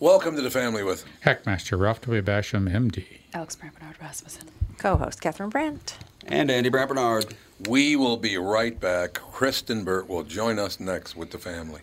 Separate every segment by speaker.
Speaker 1: Welcome to the family with
Speaker 2: Hackmaster Ralph W. Basham, MD.
Speaker 3: Alex Brampernard Rasmussen.
Speaker 4: Co-host Catherine Brandt.
Speaker 5: And Andy Brampernard.
Speaker 1: We will be right back. Kristen Burt will join us next with the family.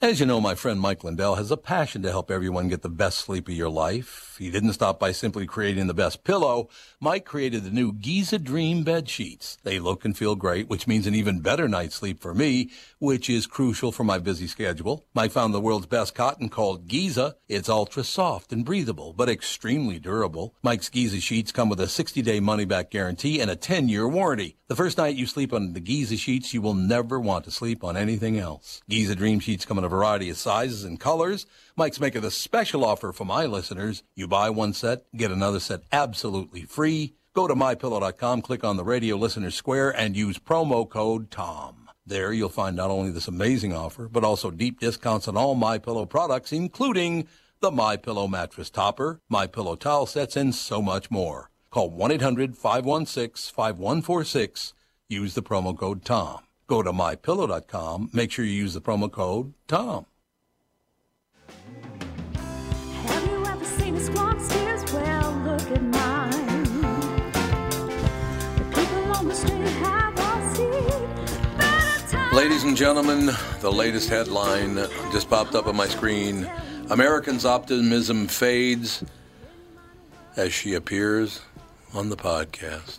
Speaker 1: As you know, my friend Mike Lindell has a passion to help everyone get the best sleep of your life. He didn't stop by simply creating the best pillow. Mike created the new Giza Dream bed sheets. They look and feel great, which means an even better night's sleep for me, which is crucial for my busy schedule. Mike found the world's best cotton called Giza. It's ultra soft and breathable, but extremely durable. Mike's Giza sheets come with a 60-day money-back guarantee and a 10-year warranty. The first night you sleep on the Giza sheets, you will never want to sleep on anything else. Giza Dream Sheets come in a variety of sizes and colors. Mike's making a special offer for my listeners. You buy one set, get another set absolutely free. Go to mypillow.com, click on the radio listener square, and use promo code TOM. There you'll find not only this amazing offer, but also deep discounts on all My Pillow products, including the My Pillow mattress topper, My Pillow towel sets, and so much more. Call 1-800-516-5146. Use the promo code TOM. Go to mypillow.com. Make sure you use the promo code TOM.
Speaker 6: Have you ever seen a squawk's ears? Well, look at mine. The people on the street have all seen better times.
Speaker 1: Ladies and gentlemen, the latest headline just popped up on my screen. Americans' optimism fades as she appears on the podcast.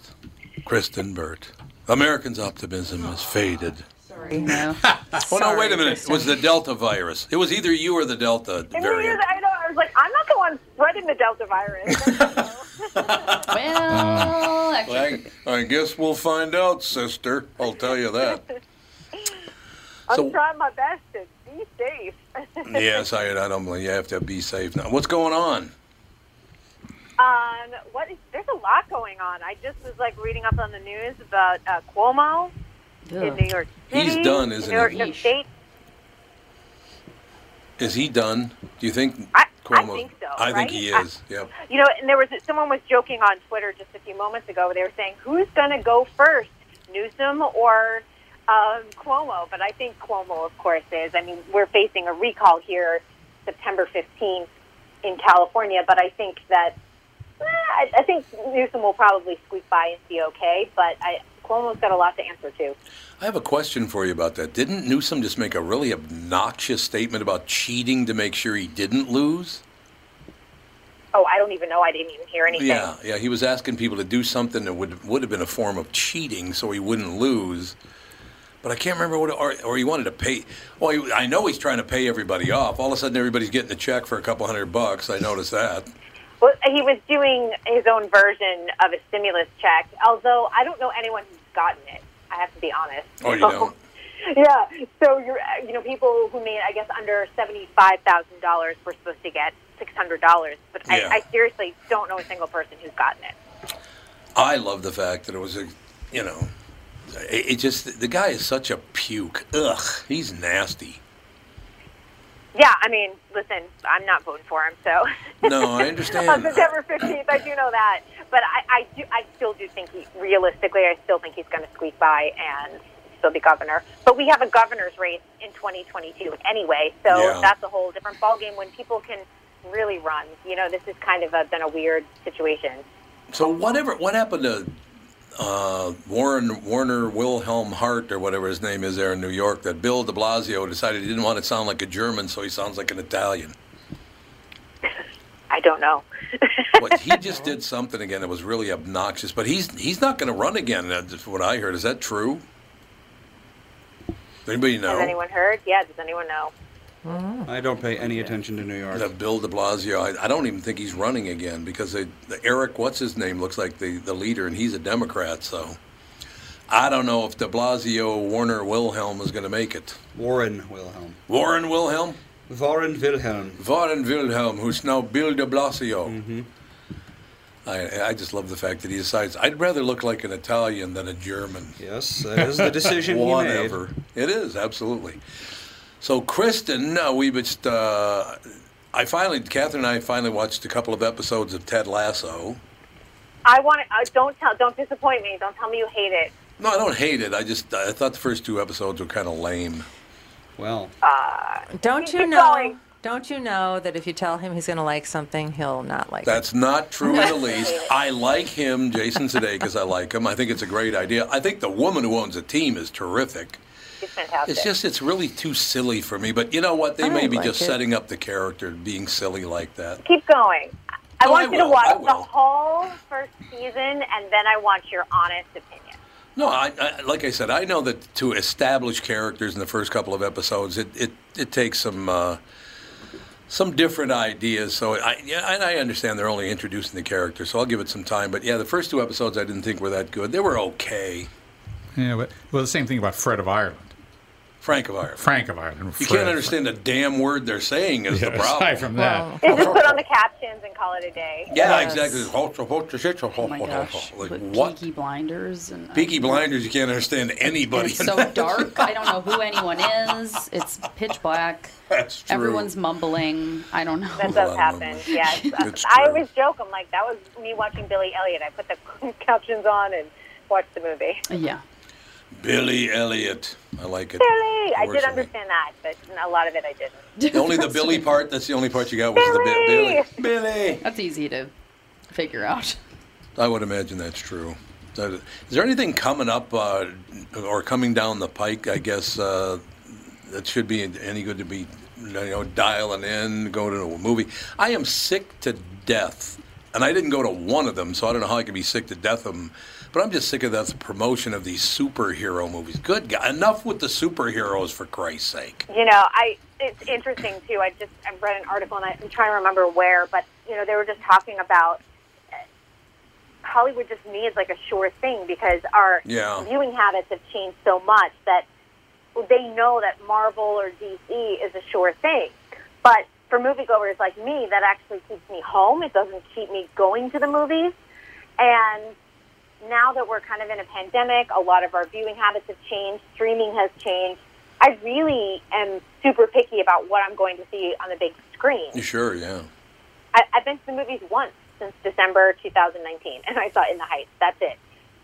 Speaker 1: Kristen Burt. Americans' optimism has faded.
Speaker 3: Sorry. No.
Speaker 1: Well, Oh, no, wait a minute. It was the Delta virus. It was either you or the Delta
Speaker 7: And we
Speaker 1: variant.
Speaker 7: was- I know. I was like, I'm not the one spreading the Delta virus.
Speaker 3: Well, actually,
Speaker 1: I, I guess we'll find out, sister. I'll tell you that.
Speaker 7: I'm
Speaker 1: So-
Speaker 7: trying my best to be safe.
Speaker 1: Yes, I, I don't believe you have to be safe now. What's going on?
Speaker 7: um, what is? There's a lot going on. I just was like reading up on the news about uh, Cuomo in
Speaker 3: ugh.
Speaker 7: New York City.
Speaker 1: He's done,
Speaker 7: in
Speaker 1: isn't
Speaker 7: New York
Speaker 1: he?
Speaker 7: State.
Speaker 1: Is he done? Do you think
Speaker 7: I- I
Speaker 1: Cuomo?
Speaker 7: think so,
Speaker 1: I think
Speaker 7: right?
Speaker 1: he
Speaker 7: I-
Speaker 1: is. yep.
Speaker 7: You know, and there was someone was joking on Twitter just a few moments ago. They were saying, "Who's going to go first, Newsom or um, Cuomo?" But I think Cuomo, of course, is. I mean, we're facing a recall here, September fifteenth in California. But I think that eh, I, I think Newsom will probably squeak by and be okay. But I, Cuomo's got a lot to answer to.
Speaker 1: I have a question for you about that. Didn't Newsom just make a really obnoxious statement about cheating to make sure he didn't lose?
Speaker 7: Oh, I don't even know. I didn't even hear anything.
Speaker 1: Yeah, yeah. He was asking people to do something that would would have been a form of cheating, so he wouldn't lose. But I can't remember what, or, or he wanted to pay. Well, he, I know he's trying to pay everybody off. All of a sudden, everybody's getting a check for a couple hundred bucks. I noticed that.
Speaker 7: Well, he was doing his own version of a stimulus check, although I don't know anyone who's gotten it. I have to be honest.
Speaker 1: Oh, you don't?
Speaker 7: yeah. So you're, you know, people who made, I guess, under seventy-five thousand dollars were supposed to get six hundred dollars, but
Speaker 1: Yeah.
Speaker 7: I, I seriously don't know a single person who's gotten it.
Speaker 1: I love the fact that it was a, you know, it, it just the guy is such a puke. Ugh, he's nasty.
Speaker 7: Yeah, I mean, listen, I'm not voting for him, so.
Speaker 1: No, I understand.
Speaker 7: On September 15th, I do know that. But I, I, do, I still do think he, realistically, I still think he's going to squeak by and still be governor. But we have a governor's race in 2022 anyway, so
Speaker 1: Yeah.
Speaker 7: that's a whole different ballgame when people can really run. You know, this has kind of a, been a weird situation.
Speaker 1: So whatever, what happened to uh, Warren Warner Wilhelm Hart or whatever his name is there in New York? That Bill De Blasio decided he didn't want to sound like a German, so he sounds like an Italian.
Speaker 7: I don't know.
Speaker 1: What he just did something again that was really obnoxious. But he's he's not going to run again. That's what I heard. Is that true? Anybody know?
Speaker 7: Has anyone heard? Yeah, does anyone know?
Speaker 5: I don't pay any attention to New York.
Speaker 1: The Bill De Blasio, I, I don't even think he's running again because they, the Eric, what's his name, looks like the, the leader, and he's a Democrat. So I don't know if De Blasio Warner Wilhelm is going to make it.
Speaker 5: Warren Wilhelm.
Speaker 1: Warren Wilhelm,
Speaker 5: Warren Wilhelm.
Speaker 1: Warren Wilhelm, who's now Bill De Blasio.
Speaker 5: Mm-hmm.
Speaker 1: I, I just love the fact that he decides I'd rather look like an Italian than a German.
Speaker 5: Yes, that is the decision he made.
Speaker 1: Whatever. It is, absolutely. So, Kristen, no, we just, uh, I finally, Catherine and I finally watched a couple of episodes of Ted Lasso.
Speaker 7: I want to, uh, don't tell, don't disappoint me. Don't tell me you hate it.
Speaker 1: No, I don't hate it. I just, I thought the first two episodes were kind of lame.
Speaker 5: Well,
Speaker 7: Uh,
Speaker 4: Don't you
Speaker 7: Keep
Speaker 4: know?
Speaker 7: going.
Speaker 4: Don't you know that if you tell him he's going to like something, he'll not like it?
Speaker 1: That's not true in the least. I like him, Jason Sudeikis. I like him. I think it's a great idea. I think the woman who owns the team is terrific.
Speaker 7: It's fantastic.
Speaker 1: It's just, it's really too silly for me. But you know what? They
Speaker 4: I
Speaker 1: may be
Speaker 4: like
Speaker 1: just
Speaker 4: it.
Speaker 1: setting up the character, being silly like that.
Speaker 7: keep going. I- I
Speaker 1: No,
Speaker 7: want
Speaker 1: I
Speaker 7: you to
Speaker 1: will. I
Speaker 7: watch the
Speaker 1: will.
Speaker 7: whole first season, and then I want your honest opinion.
Speaker 1: No, I, I, like I said, I know that to establish characters in the first couple of episodes, it it, it takes some uh, some different ideas. So I yeah, and I understand they're only introducing the character, so I'll give it some time. But yeah, the first two episodes I didn't think were that good. They were okay.
Speaker 2: Yeah, but, well, the same thing about Fred of Ireland,
Speaker 1: Frank of Ireland.
Speaker 2: Frank of Ireland.
Speaker 1: You
Speaker 2: Fred.
Speaker 1: can't understand a damn word they're saying is
Speaker 2: Yeah,
Speaker 1: the problem.
Speaker 2: Aside from that,
Speaker 4: Well,
Speaker 7: They just put on the captions and call it a day.
Speaker 1: yeah,
Speaker 4: Yes.
Speaker 1: exactly. Oh
Speaker 3: Oh my gosh.
Speaker 1: Like
Speaker 3: With
Speaker 1: what?
Speaker 3: Peaky Blinders and
Speaker 1: Peaky Blinders, you can't understand anybody.
Speaker 3: It's so dark. I don't know who anyone is. It's pitch black.
Speaker 1: That's true.
Speaker 3: Everyone's mumbling. I don't know.
Speaker 7: That
Speaker 1: Wow.
Speaker 7: does happen. Yeah, it's-
Speaker 1: It's
Speaker 7: I
Speaker 1: true.
Speaker 7: always joke. I'm like, that was me watching Billy Elliot. I put the captions on and watched the movie.
Speaker 3: yeah.
Speaker 1: Billy Elliot. I like it.
Speaker 7: Billy, I did
Speaker 1: Works for me.
Speaker 7: understand that, but a lot of it I didn't.
Speaker 1: Only the Billy part. That's the only part you got was the bit. Billy. Billy.
Speaker 3: That's easy to figure out.
Speaker 1: I would imagine that's true. That- Is there anything coming up uh, or coming down the pike? I guess uh, that should be any good to be you know dialing in, going to a movie. I am sick to death, and I didn't go to one of them, so I don't know how I can be sick to death of them. But I'm just sick of that promotion of these superhero movies. Good God, enough with the superheroes for Christ's sake.
Speaker 7: You know, I it's interesting too. I just I read an article and I, I'm trying to remember where, but you know, they were just talking about uh, Hollywood just needs like a sure thing because our
Speaker 1: Yeah.
Speaker 7: viewing habits have changed so much that they know that Marvel or DC is a sure thing. But for moviegoers like me, that actually keeps me home. It doesn't keep me going to the movies. And now that we're kind of in a pandemic, a lot of our viewing habits have changed, streaming has changed. I really am super picky about what I'm going to see on the big screen.
Speaker 1: Sure, yeah.
Speaker 7: I, I've been to the movies once since December 2019, and I saw In the Heights. That's it.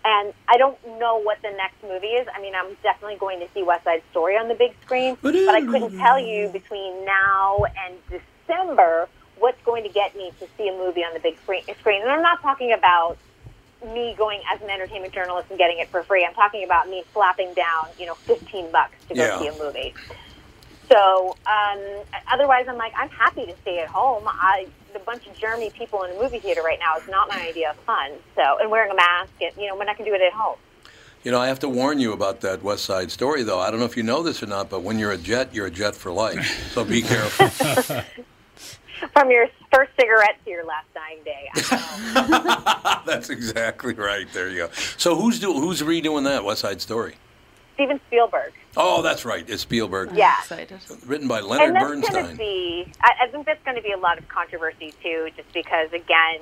Speaker 7: And I don't know what the next movie is. I mean, I'm definitely going to see West Side Story on the big screen, but I couldn't tell you between now and December what's going to get me to see a movie on the big screen. screen. And I'm not talking about me going as an entertainment journalist and getting it for free. I'm talking about me slapping down, you know, 15 bucks to go
Speaker 1: Yeah.
Speaker 7: see a movie. So um, otherwise, I'm like, I'm happy to stay at home. I, the bunch of germy people in a movie theater right now is not my idea of fun. So, and wearing a mask, and, you know, when I can do it at home.
Speaker 1: You know, I have to warn you about that West Side Story, though. I don't know if you know this or not, but when you're a jet, you're a jet for life. So be careful.
Speaker 7: From your first cigarette to your last dying day. I know.
Speaker 1: That's exactly right. There you go. So who's do, who's redoing that West Side Story?
Speaker 7: Steven Spielberg.
Speaker 1: Oh, that's right. It's Spielberg.
Speaker 7: Yeah.
Speaker 4: Excited.
Speaker 1: Written by Leonard
Speaker 7: And that's going to
Speaker 1: Bernstein.
Speaker 7: be, I, I think that's going to be a lot of controversy too, just because, again,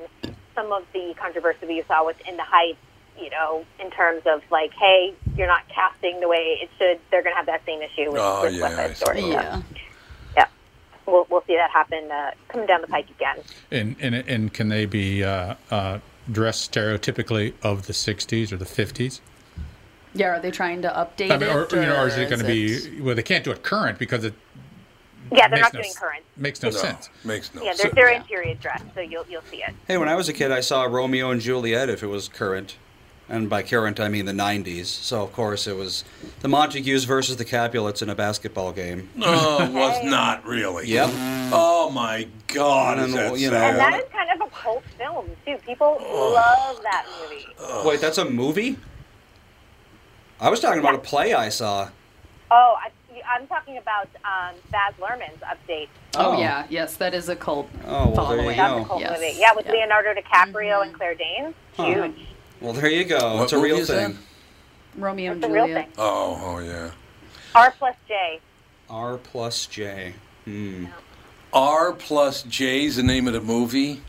Speaker 7: some of the controversy we saw was in the Heights, you know, in terms of like, hey, you're not casting the way it should. They're going to have that same issue with,
Speaker 1: Oh,
Speaker 7: with
Speaker 1: yeah,
Speaker 7: West
Speaker 1: I
Speaker 7: Side Story.
Speaker 1: suppose.
Speaker 7: Yeah.
Speaker 3: Yeah.
Speaker 7: yeah. We'll, we'll see that happen uh, coming down the pike again.
Speaker 2: And and and can they be uh, uh, dressed stereotypically of the '60s or the '50s?
Speaker 3: Yeah, are they trying to update
Speaker 2: I mean, or,
Speaker 3: it?
Speaker 2: you know, or is it
Speaker 4: or
Speaker 2: going to
Speaker 4: is
Speaker 2: be? Well, they can't do it current because it
Speaker 7: Yeah, they're
Speaker 2: makes
Speaker 7: not
Speaker 2: no
Speaker 7: doing
Speaker 2: s-
Speaker 7: current.
Speaker 2: Makes no,
Speaker 1: No,
Speaker 2: sense.
Speaker 1: Makes no
Speaker 7: Yeah, they're,
Speaker 1: sense.
Speaker 7: they're in period dress, so you'll, you'll see it.
Speaker 5: Hey, when I was a kid, I saw Romeo and Juliet if it was current. And by current, I mean the 90s. So, of course, it was the Montagues versus the Capulets in a basketball game.
Speaker 1: No, it was not really.
Speaker 5: Yep.
Speaker 1: Oh my God! Is
Speaker 5: And,
Speaker 1: that
Speaker 5: you know-
Speaker 1: sad?
Speaker 7: And that is kind of a cult film, too. People
Speaker 1: Oh.
Speaker 7: love that movie.
Speaker 5: Wait, that's a movie? I was talking about a play I saw.
Speaker 7: Oh, I, I'm talking about um, Baz Luhrmann's update.
Speaker 3: Oh, yeah, yes, that is a cult
Speaker 5: Oh, well, there you go.
Speaker 3: following.
Speaker 7: That's a cult
Speaker 3: Yes.
Speaker 7: movie. Yeah, with
Speaker 3: Yeah.
Speaker 7: Leonardo DiCaprio
Speaker 1: Mm-hmm.
Speaker 7: and Claire Danes. Huge.
Speaker 5: Well, there you go.
Speaker 1: What
Speaker 5: it's a
Speaker 1: movie
Speaker 5: real
Speaker 1: is that?
Speaker 5: thing.
Speaker 3: Romeo and
Speaker 7: It's a real
Speaker 3: Juliet.
Speaker 7: thing.
Speaker 1: Oh, oh yeah.
Speaker 7: R plus J.
Speaker 5: R plus J. Hmm.
Speaker 1: R plus J is the name of the movie.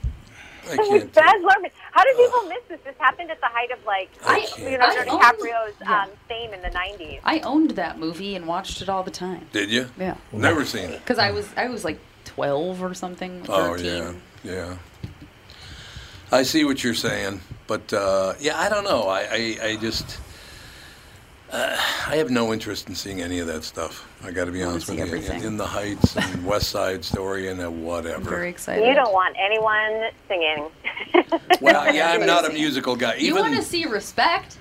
Speaker 1: I can't.
Speaker 7: Baz Luhrmann. How did people miss this? This happened at the height of like
Speaker 1: I-
Speaker 7: Leonardo
Speaker 3: I own-
Speaker 7: DiCaprio's
Speaker 3: yeah.
Speaker 7: um, fame in the 90s.
Speaker 3: I owned that movie and watched it all the time.
Speaker 1: Did you?
Speaker 3: Yeah.
Speaker 1: Never seen it.
Speaker 3: Because I was I was like 12 or something. 13.
Speaker 1: Hmm. Oh yeah, yeah. I see what you're saying, but uh, yeah, I don't know. I I, I just uh, I have no interest in seeing any of that stuff. I got to be honest
Speaker 3: see
Speaker 1: with you.
Speaker 3: everything.
Speaker 1: In, in the Heights and West Side Story and uh, whatever.
Speaker 3: Very excited.
Speaker 7: You don't want anyone singing.
Speaker 1: well, yeah, I'm not a
Speaker 3: Crazy.
Speaker 1: musical guy.
Speaker 3: You
Speaker 1: Even
Speaker 3: want to see respect?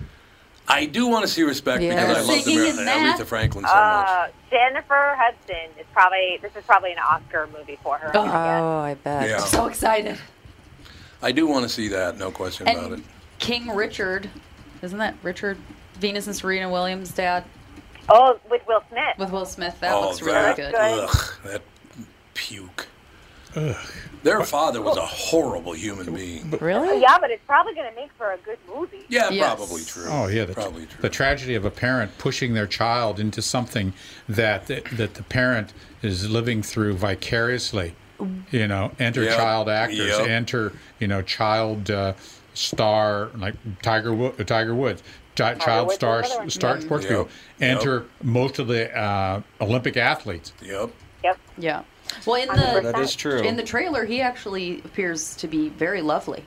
Speaker 1: I do want to see Respect
Speaker 4: Yeah.
Speaker 1: because I love the
Speaker 3: Singing in
Speaker 1: Mar-
Speaker 3: that?
Speaker 1: Aretha Franklin so
Speaker 7: uh, Jennifer Hudson is probably, this is probably an Oscar movie for her.
Speaker 3: Oh.
Speaker 7: I guess.
Speaker 4: Oh, I bet.
Speaker 1: much. Yeah,
Speaker 3: So excited.
Speaker 1: I do want to see that. No question about it.
Speaker 3: And King Richard, isn't that Richard? Venus and Serena Williams' dad
Speaker 7: Oh, with Will Smith.
Speaker 3: with Will Smith. That
Speaker 1: oh,
Speaker 3: looks really
Speaker 1: that,
Speaker 3: good.
Speaker 1: Ugh, that puke. Their father was a horrible human being.
Speaker 4: Really?
Speaker 7: yeah, but it's probably going to make for a good movie.
Speaker 1: Yeah,
Speaker 3: Yes.
Speaker 1: probably true.
Speaker 2: Oh yeah, the,
Speaker 1: probably true.
Speaker 2: the tragedy of a parent pushing their child into something that that, that the parent is living through vicariously. You know, enter
Speaker 1: Yep.
Speaker 2: child actors,
Speaker 1: Yep.
Speaker 2: enter you know child uh, star like Tiger Wo- uh, Tiger Woods, ti- child
Speaker 7: Woods is
Speaker 2: star
Speaker 7: another one.
Speaker 2: star sports
Speaker 1: Yep.
Speaker 2: people,
Speaker 1: Yep.
Speaker 2: enter most of the uh, Olympic athletes.
Speaker 1: yep.
Speaker 7: Yep.
Speaker 3: Yeah. Well, in
Speaker 7: That
Speaker 3: the
Speaker 5: That is true.
Speaker 3: in the trailer, he actually appears to be very lovely.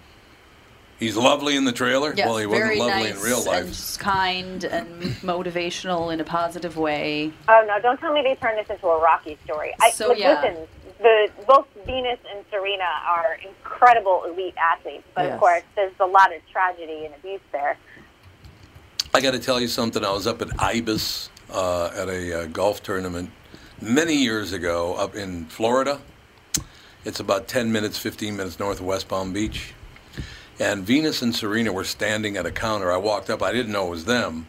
Speaker 1: He's lovely in the trailer.
Speaker 3: Yes,
Speaker 1: well, he wasn't
Speaker 3: very
Speaker 1: lovely
Speaker 3: nice
Speaker 1: in real life.
Speaker 3: and kind and motivational in a positive way.
Speaker 7: Oh no! Don't tell me they turned this into a Rocky story. I,
Speaker 3: So,
Speaker 7: look,
Speaker 3: yeah.
Speaker 7: listen, the both Venus and Serena are incredible elite athletes, but of
Speaker 4: Yes.
Speaker 7: course, there's a lot of tragedy and abuse there.
Speaker 1: I got to tell you something. I was up at Ibis uh, at a uh, golf tournament many years ago up in Florida. It's about 10 minutes, 15 minutes north of West Palm Beach. And Venus and Serena were standing at a counter. I walked up. I didn't know it was them,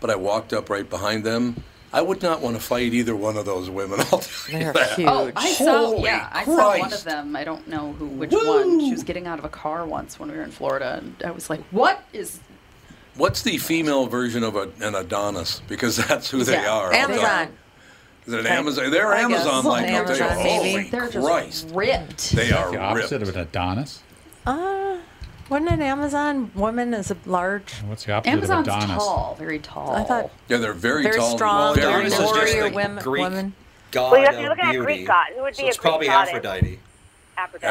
Speaker 1: but I walked up right behind them. I would not want to fight either one of those women. I'll tell you
Speaker 4: They're
Speaker 1: that.
Speaker 4: huge.
Speaker 3: Oh, I saw.
Speaker 1: Holy
Speaker 3: Yeah, I saw one
Speaker 1: Christ.
Speaker 3: of them. I don't know who, which one. She was getting out of a car once when we were in Florida, and I was like, "What is?"
Speaker 1: What's the female version of a, an Adonis? Because that's who they
Speaker 3: Yeah.
Speaker 1: are.
Speaker 4: Amazon.
Speaker 1: Is it an Amazon? They're
Speaker 4: I guess.
Speaker 1: Amazon like. I'll tell you.
Speaker 4: Amazon,
Speaker 1: Holy
Speaker 4: maybe.
Speaker 3: They're just
Speaker 1: Christ.
Speaker 3: ripped.
Speaker 1: They are
Speaker 2: The opposite
Speaker 1: ripped.
Speaker 2: of an Adonis.
Speaker 4: Uh, wasn't an Amazon woman is a large?
Speaker 2: What's the opposite
Speaker 3: Amazon's
Speaker 2: of Adonis?
Speaker 3: tall, very tall.
Speaker 4: I thought
Speaker 1: Yeah, they're very,
Speaker 4: very
Speaker 1: tall. and
Speaker 4: strong,
Speaker 1: very
Speaker 5: Adonis is just
Speaker 4: warrior
Speaker 5: the
Speaker 1: majestic.
Speaker 4: women.
Speaker 5: Greek
Speaker 4: woman.
Speaker 5: God
Speaker 7: Well, you're,
Speaker 5: of
Speaker 7: you're looking at a
Speaker 5: beauty.
Speaker 7: Greek god. Who would
Speaker 5: So
Speaker 7: be
Speaker 5: it's
Speaker 7: a Greek
Speaker 5: probably
Speaker 7: goddess?
Speaker 5: Aphrodite.
Speaker 7: Aphrodite.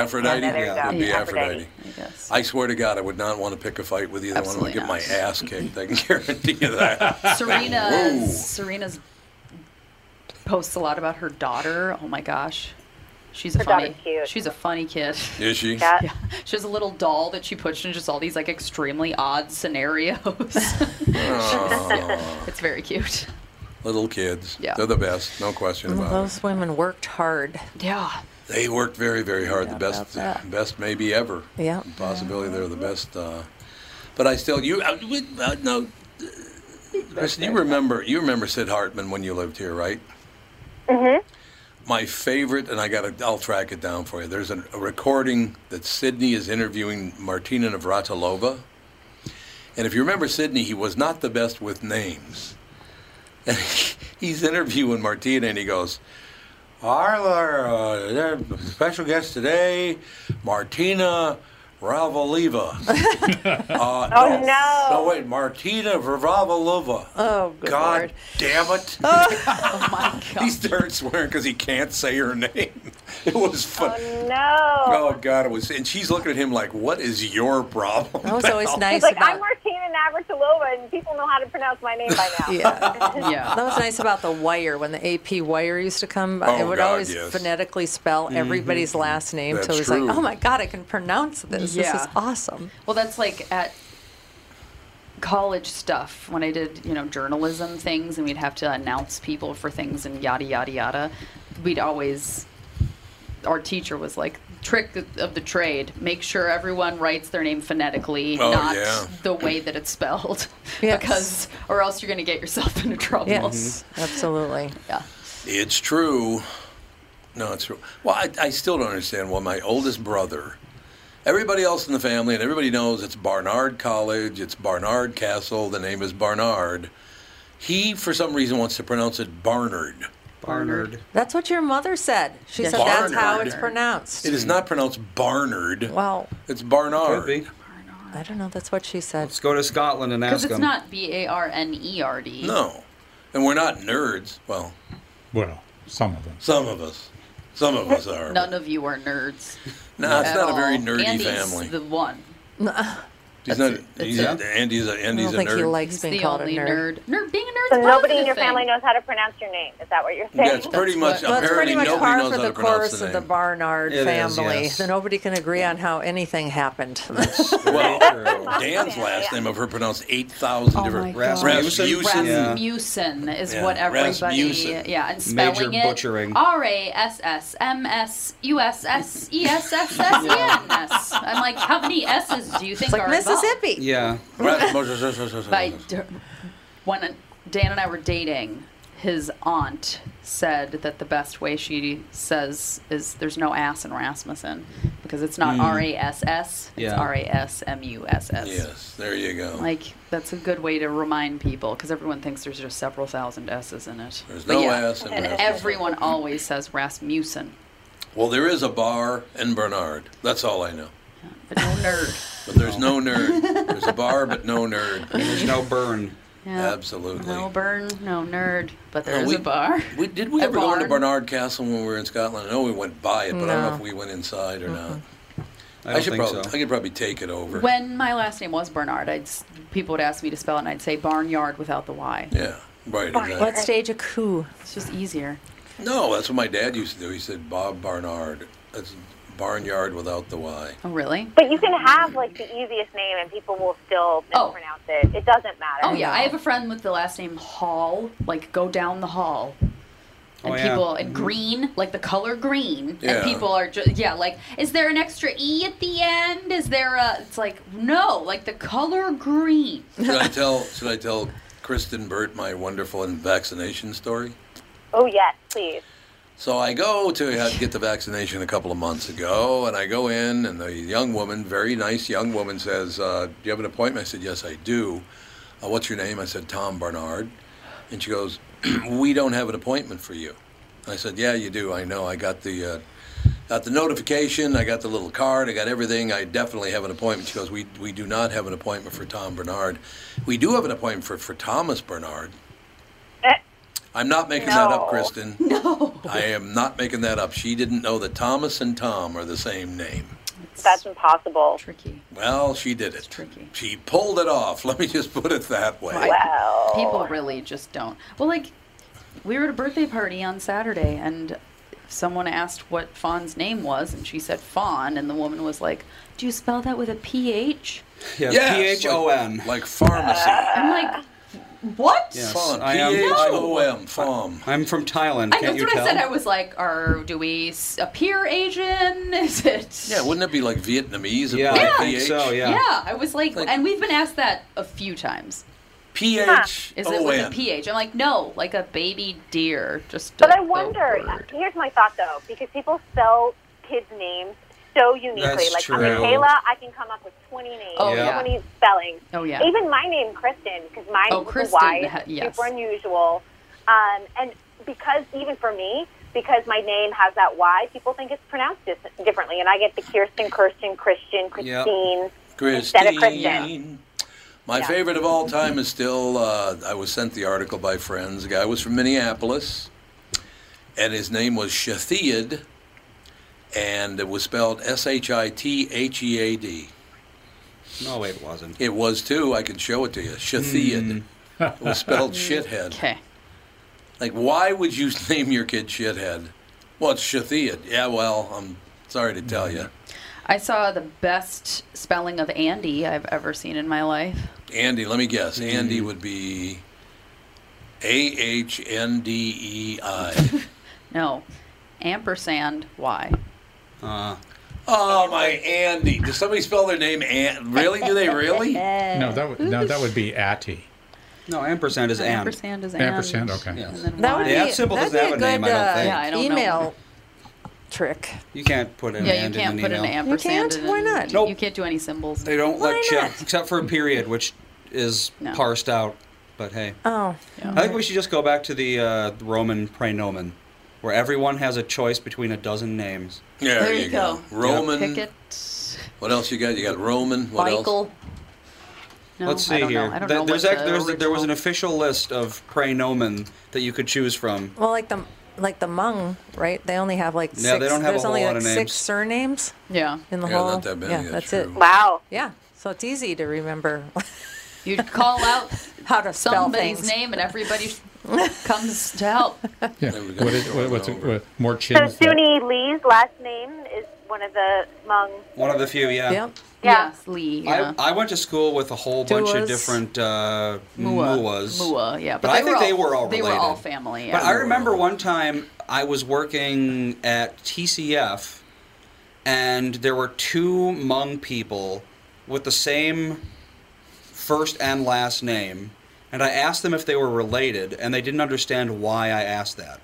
Speaker 1: Aphrodite
Speaker 7: Yeah, there you
Speaker 5: Yeah.
Speaker 7: go.
Speaker 1: would be Aphrodite.
Speaker 3: I guess.
Speaker 1: I swear to God, I would not want to pick a fight with either one. I would
Speaker 3: Absolutely
Speaker 1: get my
Speaker 3: not.
Speaker 1: ass kicked. I can guarantee you that. Whoa.
Speaker 3: Serena's Serena's posts a lot about her daughter. Oh my gosh, she's a
Speaker 7: Her
Speaker 3: funny.
Speaker 7: daughter's cute.
Speaker 3: She's a funny kid.
Speaker 1: Is she?
Speaker 7: Yeah.
Speaker 3: Yeah, she has a little doll that she puts in just all these like extremely odd scenarios.
Speaker 1: Aw,
Speaker 3: it's very cute.
Speaker 1: little kids.
Speaker 3: Yeah.
Speaker 5: Uh-huh.
Speaker 1: They're the best, no question about it.
Speaker 4: Those women worked hard.
Speaker 3: Yeah,
Speaker 1: They worked very, very hard. The best, best maybe ever.
Speaker 4: Yeah.
Speaker 1: Possibility they're the best. Uh, but I still, you, uh, we- uh, no, uh, Kristen, you remember, you remember Sid Hartman when you lived here, right?
Speaker 7: Mm-hmm.
Speaker 1: My favorite, and I got to, I'll track it down for you. There's an, a recording that Sidney is interviewing Martina Navratilova. And if you remember Sidney, he was not the best with names. And he's interviewing Martina, and he goes, our, our uh, special guest today, Martina Ravaleva. uh,
Speaker 7: Oh,
Speaker 1: no. No, wait, Martina Ravalova.
Speaker 4: Oh, good
Speaker 1: God
Speaker 4: Lord. Oh
Speaker 1: damn it. He started swearing because he can't say her name. It was
Speaker 4: Oh,
Speaker 1: fun.
Speaker 7: No.
Speaker 1: Oh, God, it was. And she's looking at him like, what is your problem?
Speaker 4: That was always
Speaker 1: pal?"
Speaker 4: nice
Speaker 7: Like
Speaker 4: about.
Speaker 7: I'm Martina Navratilova, and people know how to pronounce my name by now.
Speaker 4: yeah.
Speaker 3: Yeah.
Speaker 4: That was nice about the wire when the AP wire used to come.
Speaker 1: Oh,
Speaker 4: it would
Speaker 1: God,
Speaker 4: always
Speaker 1: yes. Mm-hmm.
Speaker 4: phonetically spell everybody's last name.
Speaker 1: That's
Speaker 4: so it was
Speaker 1: true.
Speaker 4: like, oh my God, I can pronounce this. This
Speaker 3: Yeah.
Speaker 4: is awesome.
Speaker 3: Well, that's like at college stuff when I did, you know, journalism things and we'd have to announce people for things and yada, yada, yada. We'd always, our teacher was like, trick of the trade, make sure everyone writes their name phonetically,
Speaker 1: Oh,
Speaker 3: not
Speaker 1: yeah.
Speaker 3: the way that it's spelled.
Speaker 4: Yes.
Speaker 3: because, or else you're going to get yourself into trouble.
Speaker 1: Mm-hmm.
Speaker 4: Yes, absolutely.
Speaker 3: Yeah.
Speaker 1: It's true. No, it's true. Well, I, I still don't understand why my oldest brother, everybody else in the family, and everybody knows it's Barnard College, it's Barnard Castle, the name is Barnard. He, for some reason, wants to pronounce it Barnard.
Speaker 5: Barnard.
Speaker 4: That's what your mother said. She
Speaker 3: Yes.
Speaker 4: said that's how
Speaker 1: Barnard.
Speaker 4: it's pronounced.
Speaker 1: It is not pronounced Barnard.
Speaker 4: Well,
Speaker 1: It's
Speaker 5: Could
Speaker 1: Barnard.
Speaker 5: be.
Speaker 4: I don't know. That's what she said.
Speaker 5: Let's go to Scotland and
Speaker 3: Because
Speaker 5: ask
Speaker 3: it's
Speaker 5: them.
Speaker 3: not B A R N E R D.
Speaker 1: No. And we're not nerds. Well,
Speaker 2: Well, some of them.
Speaker 1: some of us. Some of us are.
Speaker 3: None of you are nerds.
Speaker 1: no, it's
Speaker 3: at
Speaker 1: not a very
Speaker 3: all.
Speaker 1: nerdy
Speaker 3: Andy's
Speaker 1: family.
Speaker 3: the one.
Speaker 1: he's not.
Speaker 5: That's it.
Speaker 1: He's,
Speaker 5: That's it.
Speaker 1: Andy's a,
Speaker 4: I
Speaker 1: Andy's
Speaker 4: don't
Speaker 1: a
Speaker 4: think
Speaker 1: nerd.
Speaker 4: he likes
Speaker 3: the
Speaker 4: being called a
Speaker 3: only
Speaker 4: nerd.
Speaker 3: nerd. Nerd being a nerd.
Speaker 7: So nobody in your family knows how to pronounce your name. Is that what you're saying?
Speaker 1: That's pretty much.
Speaker 3: what-
Speaker 4: Well, it's
Speaker 1: apparently,
Speaker 4: pretty much
Speaker 1: nobody
Speaker 4: par
Speaker 1: knows
Speaker 4: for
Speaker 1: how to
Speaker 4: the
Speaker 1: pronounce
Speaker 4: chorus
Speaker 1: the
Speaker 4: of
Speaker 1: name.
Speaker 4: the Barnard
Speaker 5: It is,
Speaker 4: family.
Speaker 5: yes.
Speaker 4: So nobody can agree on how anything happened.
Speaker 1: Well,
Speaker 5: True.
Speaker 1: Dan's last name I've heard pronounced eight thousand
Speaker 4: Oh
Speaker 1: different.
Speaker 5: God. Rasmussen?
Speaker 1: Rasmussen.
Speaker 5: Yeah.
Speaker 3: Rasmussen is
Speaker 1: Yeah,
Speaker 3: what everybody.
Speaker 1: Rasmussen.
Speaker 3: Yeah, and spelling
Speaker 5: Major
Speaker 3: it.
Speaker 5: butchering.
Speaker 3: R a s s m s u s s e s s s e n s. I'm like, how many s's do you think
Speaker 4: It's like
Speaker 3: are involved?
Speaker 4: Mississippi.
Speaker 5: Yeah.
Speaker 1: Rasmussen.
Speaker 3: By d- when Dan and I were dating, his aunt said that the best way she says is there's no ass in Rasmussen because it's not R a s s. It's
Speaker 5: Mm. Yeah.
Speaker 3: R a s m u s s.
Speaker 1: Yes, there you go.
Speaker 3: Like that's a good way to remind people because everyone thinks there's just several thousand s's in it.
Speaker 1: There's
Speaker 3: But
Speaker 1: no
Speaker 3: yeah,
Speaker 1: S in
Speaker 3: and
Speaker 1: Rasmussen.
Speaker 3: everyone always says Rasmussen,
Speaker 1: well, there is a bar in Bernard. That's all I know.
Speaker 3: but no nerd.
Speaker 1: But there's no nerd. There's a bar, but no nerd.
Speaker 5: There's no burn.
Speaker 3: Yeah.
Speaker 1: Absolutely.
Speaker 3: No burn, no nerd, but there
Speaker 1: No,
Speaker 3: is
Speaker 1: we-
Speaker 3: a bar.
Speaker 1: We, did we
Speaker 3: A
Speaker 1: ever go into
Speaker 3: barn.
Speaker 1: Barnard Castle when we were in Scotland? I know we went by it, but I don't know
Speaker 4: No.
Speaker 1: if we went inside or not.
Speaker 5: I don't
Speaker 1: should
Speaker 5: think
Speaker 1: probably, I
Speaker 5: so.
Speaker 1: could probably take it over.
Speaker 3: When my last name was Bernard, I'd s- people would ask me to spell it, and I'd say barnyard without the y.
Speaker 1: yeah, right. Exactly.
Speaker 4: Let's stage a coup.
Speaker 3: It's just easier.
Speaker 1: No, that's what my dad used to do. He said Bob Barnard. That's barnyard without the Y.
Speaker 3: Oh really?
Speaker 7: But you can have like the easiest name, and people will still
Speaker 3: Oh.
Speaker 7: mispronounce it. It doesn't matter.
Speaker 3: Oh yeah, I have a friend with the last name Hall. Like go down the hall. And
Speaker 5: Oh, yeah.
Speaker 3: people and green, like the color green,
Speaker 1: Yeah.
Speaker 3: and people are just yeah, like is there an extra e at the end? Is there a? It's like no, like the color green.
Speaker 1: Should I tell? Should I tell Kristen Burt my wonderful and vaccination story?
Speaker 7: Oh yes, please.
Speaker 1: So I go to ha- get the vaccination a couple of months ago, and I go in, and the young woman, very nice young woman, says, uh, "Do you have an appointment?" I said, "Yes, I do." Uh, What's your name? I said, "Tom Barnard," and she goes, "We don't have an appointment for you." I said, "Yeah, you do. I know. I got the." Uh, Got the notification. I got the little card. I got everything. I definitely have an appointment. She goes, "We we do not have an appointment for Tom Bernard. We do have an appointment for for Thomas Bernard."
Speaker 7: Eh.
Speaker 1: I'm not making that up,
Speaker 7: No.
Speaker 1: Kristen. I am not making that up. She didn't know that Thomas and Tom are the same name.
Speaker 7: That's impossible.
Speaker 3: Tricky.
Speaker 1: Well, she did it.
Speaker 3: tricky.
Speaker 1: She pulled it off. Let me just put it that way.
Speaker 3: Right.
Speaker 7: Wow.
Speaker 3: People really just don't. Well, like we were at a birthday party on Saturday, and someone asked what Fawn's name was, and she said Fawn, and the woman was like, "Do you spell that with a ph?"
Speaker 5: Yeah.
Speaker 1: Yes,
Speaker 5: P H O N.
Speaker 1: Like, like pharmacy.
Speaker 3: I'm like, What?
Speaker 5: Yes,
Speaker 1: Farm.
Speaker 5: I am-
Speaker 1: P-H-O-M. Farm.
Speaker 5: I'm from Thailand.
Speaker 3: I,
Speaker 5: Can't
Speaker 3: that's
Speaker 5: you
Speaker 3: what
Speaker 5: tell?
Speaker 3: I said. I was like, "Are do we s- appear Asian? Is it?"
Speaker 1: Yeah, wouldn't it be like Vietnamese?
Speaker 5: Yeah,
Speaker 1: Like
Speaker 5: I think
Speaker 1: PH?
Speaker 5: so. Yeah.
Speaker 3: I was like,
Speaker 1: Like-
Speaker 3: and we've been asked that a few times.
Speaker 1: P-H-O-M.
Speaker 5: oh,
Speaker 3: Is it with a ph? I'm like, no, like a baby deer. Just.
Speaker 7: But
Speaker 3: a-
Speaker 7: I
Speaker 3: oh. a
Speaker 7: wonder.
Speaker 3: word.
Speaker 7: Here's my thought though, because people spell kids' names so uniquely.
Speaker 5: That's
Speaker 7: like
Speaker 5: true.
Speaker 7: I'm Michaela, I can come up with 20 names,
Speaker 3: Oh,
Speaker 5: Yeah.
Speaker 7: 20 spellings.
Speaker 3: Oh, yeah.
Speaker 7: Even my name, Kristen, because mine
Speaker 3: Oh,
Speaker 7: was
Speaker 3: Kristen,
Speaker 7: wide,
Speaker 3: ha- yes.
Speaker 7: super unusual, um, and because even for me, because my name has that Y, people think it's pronounced dis- differently, and I get the Kirsten, Kirsten, Christian,
Speaker 5: Yep.
Speaker 7: Christine. Instead of Kristen.
Speaker 1: Christine. My favorite of all time is still. Uh, I was sent the article by friends. The guy was from Minneapolis, and his name was Shathiad, and it was spelled S-H-I-T-H-E-A-D.
Speaker 5: No, it wasn't.
Speaker 1: E
Speaker 5: Hmm.
Speaker 1: It was too. I can show it to you. Shathiad. it was spelled shithead.
Speaker 3: Okay.
Speaker 1: Like, why would you name your kid shithead? Well, it's Shathiad. Yeah, well, I'm sorry to tell
Speaker 5: Hmm.
Speaker 1: you.
Speaker 3: I saw the best spelling of Andy I've ever seen in my life.
Speaker 1: Andy, let me guess. Andy would be A H N D E I.
Speaker 3: No, ampersand Y.
Speaker 5: Uh,
Speaker 1: Oh my Andy! Does somebody spell their name An? Really? Do they really?
Speaker 3: Uh,
Speaker 2: No, that would no, that would be Atty.
Speaker 5: no, ampersand is and.
Speaker 3: Ampersand is and.
Speaker 2: Ampersand, okay.
Speaker 5: Yeah.
Speaker 3: And then
Speaker 4: That would
Speaker 3: Y.
Speaker 5: The app
Speaker 4: be,
Speaker 5: symbol
Speaker 4: that'd
Speaker 5: doesn't
Speaker 4: be
Speaker 5: have
Speaker 4: a
Speaker 5: a name,
Speaker 4: good
Speaker 5: I don't
Speaker 4: uh,
Speaker 5: think.
Speaker 3: Yeah, I don't know.
Speaker 4: email trick.
Speaker 5: You can't put an
Speaker 3: Yeah, you
Speaker 5: and
Speaker 3: can't
Speaker 5: in an
Speaker 3: put an
Speaker 5: email.
Speaker 3: ampersand.
Speaker 4: can't?
Speaker 3: in
Speaker 4: Why
Speaker 3: an-
Speaker 4: not?
Speaker 5: Nope.
Speaker 3: You can't do any symbols.
Speaker 5: They don't
Speaker 4: Why
Speaker 5: let check
Speaker 4: not?
Speaker 5: except for a period, which is
Speaker 3: No.
Speaker 5: parsed out. But hey,
Speaker 4: Oh,
Speaker 5: I think we should just go back to the uh, Roman praenomen, where everyone has a choice between a dozen names.
Speaker 1: There,
Speaker 3: There you go.
Speaker 1: Roman.
Speaker 3: Pickett.
Speaker 1: What else you got? You got Roman. What else?
Speaker 3: Michael. No,
Speaker 5: Let's see
Speaker 3: I don't
Speaker 5: here.
Speaker 3: Know. I don't
Speaker 5: Th-
Speaker 3: know
Speaker 5: there's
Speaker 3: what
Speaker 5: act-
Speaker 3: the
Speaker 5: there's- there was an
Speaker 3: original-
Speaker 5: official list of praenomen that you could choose from.
Speaker 4: well, like the like the Hmong, right? They only have like six.
Speaker 5: Yeah, they don't have a
Speaker 4: there's
Speaker 5: whole
Speaker 4: only
Speaker 5: lot
Speaker 4: like
Speaker 5: of names.
Speaker 4: six surnames
Speaker 3: Yeah.
Speaker 4: in the
Speaker 1: Yeah,
Speaker 4: whole.
Speaker 1: not that many,
Speaker 4: yeah,
Speaker 1: that's
Speaker 4: that's,
Speaker 1: true.
Speaker 4: it.
Speaker 7: Wow.
Speaker 4: Yeah, so it's easy to remember
Speaker 3: You'd call out
Speaker 4: how to spell
Speaker 3: somebody's
Speaker 4: things.
Speaker 3: name and everybody comes to help.
Speaker 2: Yeah.
Speaker 1: There we go.
Speaker 2: What is, what, what's it, what, more
Speaker 7: So
Speaker 2: chins? than-
Speaker 7: Suni Lee's last name is one of the Hmong.
Speaker 5: One of the few, yeah.
Speaker 4: Yep.
Speaker 7: Yeah.
Speaker 3: Yes, Lee. Yeah.
Speaker 5: I, I went to school with a whole bunch of
Speaker 4: Duas.
Speaker 5: different uh,
Speaker 3: Mua.
Speaker 5: muas.
Speaker 3: Mua, yeah.
Speaker 5: But I think they were all
Speaker 3: They were all
Speaker 5: related.
Speaker 3: family.
Speaker 5: But I
Speaker 3: Yeah.
Speaker 5: remember one time I was working at TCF, and there were two Hmong people with the same first and last name, and I asked them if they were related, and they didn't understand why I asked that.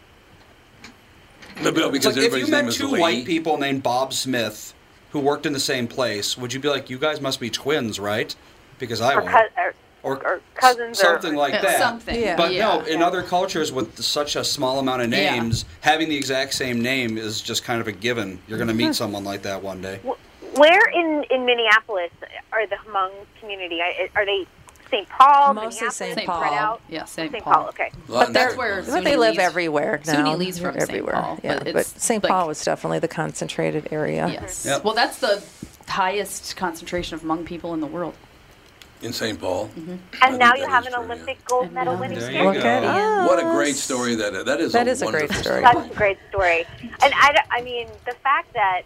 Speaker 1: No, no,
Speaker 5: It's
Speaker 1: because
Speaker 5: like if you
Speaker 1: everybody's name
Speaker 5: met
Speaker 1: is
Speaker 5: two
Speaker 1: Lee.
Speaker 5: white people named Bob Smith who worked in the same place, would you be like, "You guys must be twins, right?" Because I
Speaker 7: Or,
Speaker 5: won't.
Speaker 7: cou- or,
Speaker 5: or,
Speaker 7: or cousins or-
Speaker 5: something like
Speaker 3: Yeah,
Speaker 5: that.
Speaker 3: Something.
Speaker 4: Yeah.
Speaker 5: But
Speaker 3: yeah.
Speaker 5: no, in other cultures with such a small amount of
Speaker 3: Yeah.
Speaker 5: names, having the exact same name is just kind of a given. You're going to meet someone like that one day.
Speaker 7: Wh- Where in, in Minneapolis are the Hmong community? I- Are they St. Paul?
Speaker 4: Mostly
Speaker 7: Minneapolis,
Speaker 4: St.
Speaker 7: spread
Speaker 4: Paul.
Speaker 7: out?
Speaker 3: Yeah, St.
Speaker 7: St.
Speaker 3: Paul.
Speaker 7: Paul. Okay.
Speaker 1: But
Speaker 3: that's where-
Speaker 4: But they
Speaker 3: Sunni
Speaker 4: live
Speaker 3: Lee's-
Speaker 4: everywhere now.
Speaker 3: Sunni Lee's from St.
Speaker 4: everywhere.
Speaker 3: Paul, but
Speaker 4: yeah, but
Speaker 3: it's
Speaker 4: St.
Speaker 3: like-
Speaker 4: Paul was definitely the concentrated area.
Speaker 3: Yes.
Speaker 5: Yep.
Speaker 3: Well, that's the highest concentration of Hmong people in the world.
Speaker 1: in St. Paul. I
Speaker 7: And now
Speaker 1: think
Speaker 7: you
Speaker 1: that
Speaker 7: have
Speaker 1: is true,
Speaker 7: an
Speaker 1: yeah.
Speaker 7: Olympic gold
Speaker 3: And
Speaker 7: medal
Speaker 3: now
Speaker 7: winning
Speaker 5: there's-
Speaker 7: kicker.
Speaker 4: Look
Speaker 5: There you
Speaker 4: at
Speaker 5: go.
Speaker 4: us.
Speaker 1: What a great story that is. That is.
Speaker 4: That
Speaker 1: a
Speaker 4: is a great
Speaker 1: wonderful
Speaker 4: story.
Speaker 7: Such a great story. And I, d- I mean, the fact that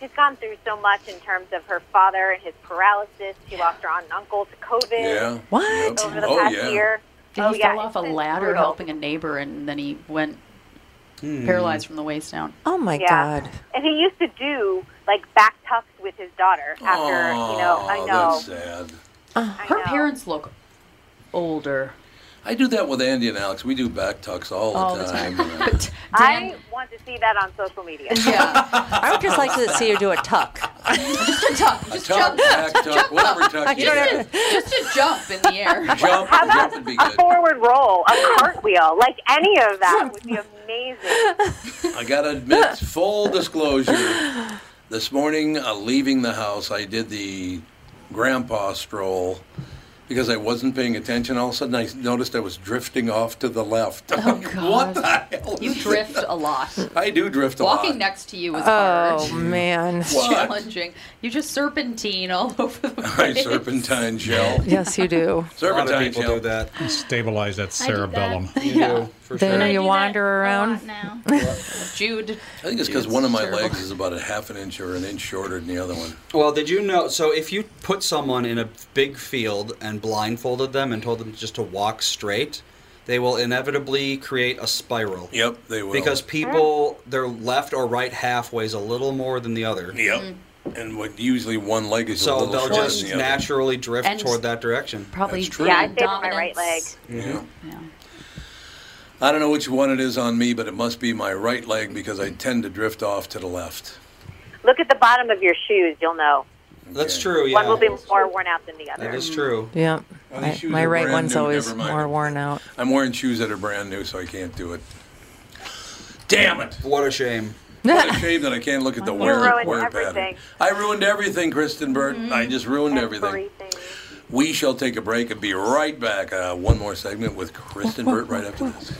Speaker 7: she's gone through so much in terms of her father and his paralysis. She lost her aunt and uncle to COVID
Speaker 1: Yeah.
Speaker 4: What?
Speaker 1: Yep.
Speaker 7: over the
Speaker 1: oh
Speaker 7: past
Speaker 1: yeah.
Speaker 7: year.
Speaker 3: He
Speaker 7: oh,
Speaker 3: fell
Speaker 7: yeah,
Speaker 3: off a
Speaker 7: it's been
Speaker 3: ladder
Speaker 7: brutal.
Speaker 3: helping a neighbor, and then he went
Speaker 5: Hmm.
Speaker 3: paralyzed from the waist down.
Speaker 4: Oh my
Speaker 7: Yeah.
Speaker 4: God.
Speaker 7: And he used to do like back tucks with his daughter after,
Speaker 1: oh,
Speaker 7: you know, I know.
Speaker 1: That's sad.
Speaker 7: I
Speaker 4: Uh-huh.
Speaker 3: Her
Speaker 7: know.
Speaker 3: parents look older.
Speaker 1: I do that with Andy and Alex. We do back tucks all,
Speaker 3: All
Speaker 1: the
Speaker 3: the
Speaker 1: time.
Speaker 3: But
Speaker 7: I
Speaker 3: Dan,
Speaker 7: want to see that on social media.
Speaker 3: yeah,
Speaker 4: I would just like to see you do a tuck.
Speaker 3: just a jump,
Speaker 1: a
Speaker 3: just
Speaker 1: tuck,
Speaker 3: jump,
Speaker 1: back tuck, whatever tuck you
Speaker 4: don't
Speaker 1: got.
Speaker 4: have
Speaker 3: just a jump in the air.
Speaker 1: Jump,
Speaker 7: How about
Speaker 1: jump would be
Speaker 7: a
Speaker 1: good.
Speaker 7: forward roll, a cartwheel, like any of that would be amazing.
Speaker 1: I gotta admit, full disclosure. This morning, uh, leaving the house, I did the grandpa stroll because I wasn't paying attention. All of a sudden, I noticed I was drifting off to the left. I'm like, What
Speaker 3: Oh, God.
Speaker 1: the hell?
Speaker 3: You
Speaker 1: is
Speaker 3: drift
Speaker 1: that?"
Speaker 3: a lot.
Speaker 1: I do drift a
Speaker 3: Walking
Speaker 1: lot.
Speaker 3: next to you is
Speaker 4: Oh
Speaker 3: hard.
Speaker 4: man.
Speaker 1: What?
Speaker 3: Challenging. You just serpentine all over the
Speaker 1: My
Speaker 3: place.
Speaker 1: serpentine shell.
Speaker 4: Yes, you do.
Speaker 5: A lot of
Speaker 1: Serpentine
Speaker 5: people
Speaker 1: shell.
Speaker 5: do that.
Speaker 2: Stabilize that cerebellum.
Speaker 5: You do, for
Speaker 4: There
Speaker 5: sure.
Speaker 4: you wander around.
Speaker 8: now.
Speaker 3: Jude.
Speaker 1: I think it's because one of my legs is about a half an inch or an inch shorter than the other one.
Speaker 5: Well, did you know? So if you put someone in a big field and and blindfolded them and told them just to walk straight, they will inevitably create a spiral.
Speaker 1: Yep, they will.
Speaker 5: Because people, their left or right half weighs a little more than the other.
Speaker 3: Mm.
Speaker 1: Yep. And what usually one leg is a
Speaker 5: so
Speaker 1: little
Speaker 5: they'll
Speaker 1: shorter
Speaker 5: just
Speaker 1: than the other.
Speaker 5: naturally drift
Speaker 3: And-
Speaker 5: toward that direction.
Speaker 3: Probably
Speaker 1: That's true.
Speaker 7: Yeah, I stay with my right leg.
Speaker 1: Yeah. I don't know which one it is on me, but it must be my right leg because I tend to drift off to the left.
Speaker 7: Look at the bottom of your shoes. You'll know.
Speaker 5: That's true. Yeah,
Speaker 7: One will be more worn out than the
Speaker 5: that
Speaker 7: other.
Speaker 5: is true.
Speaker 4: Yeah.
Speaker 1: Oh,
Speaker 4: my
Speaker 1: these shoes
Speaker 4: my
Speaker 1: are
Speaker 4: right
Speaker 1: brand
Speaker 4: one's
Speaker 1: new,
Speaker 4: always
Speaker 1: never mind.
Speaker 4: more worn out.
Speaker 1: I'm wearing shoes that are brand new, so I can't do it. Damn it!
Speaker 5: What a shame.
Speaker 1: What a shame that I can't look at the wear,
Speaker 7: ruined
Speaker 1: wear pattern.
Speaker 7: everything.
Speaker 1: I ruined everything, Kristen Burt. I just ruined everything. We shall take a break and be right back. Uh, one more segment with Kristen Burt right after this.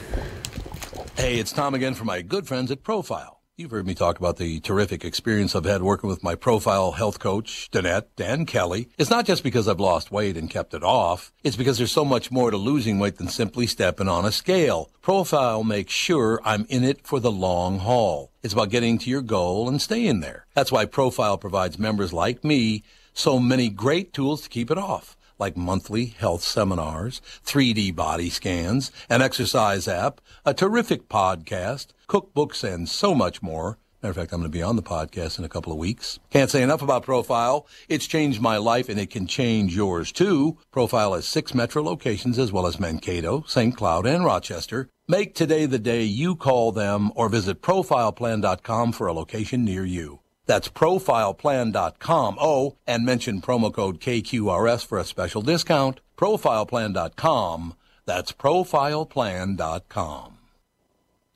Speaker 1: Hey, it's Tom again for my good friends at Profile. You've heard me talk about the terrific experience I've had working with my profile health coach, Danette and Kelly. It's not just because I've lost weight and kept it off. It's because there's so much more to losing weight than simply stepping on a scale. Profile makes sure I'm in it for the long haul. It's about getting to your goal and staying there. That's why Profile provides members like me so many great tools to keep it off like monthly health seminars, 3D body scans, an exercise app, a terrific podcast, cookbooks, and so much more. Matter of fact, I'm going to be on the podcast in a couple of weeks. Can't say enough about Profile. It's changed my life and it can change yours too. Profile has six metro locations as well as Mankato, St. Cloud, and Rochester. Make today the day you call them or visit profileplan.com for a location near you. That's profileplan.com. Oh, and mention promo code KQRS for a special discount. Profileplan.com. That's profileplan.com.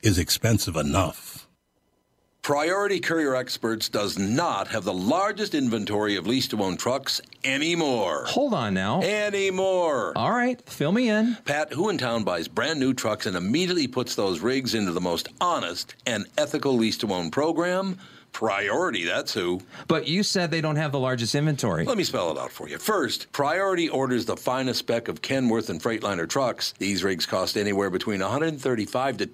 Speaker 1: is expensive enough. Priority Courier Experts does not have the largest inventory of lease to own trucks anymore.
Speaker 8: Hold on now.
Speaker 1: Anymore.
Speaker 8: All right, fill me in.
Speaker 1: Pat, who in town buys brand new trucks and immediately puts those rigs into the most honest and ethical lease to own program? Priority, that's who.
Speaker 8: But you said they don't have the largest inventory.
Speaker 1: Let me spell it out for you. First, Priority orders the finest spec of Kenworth and Freightliner trucks. These rigs cost anywhere between $135 to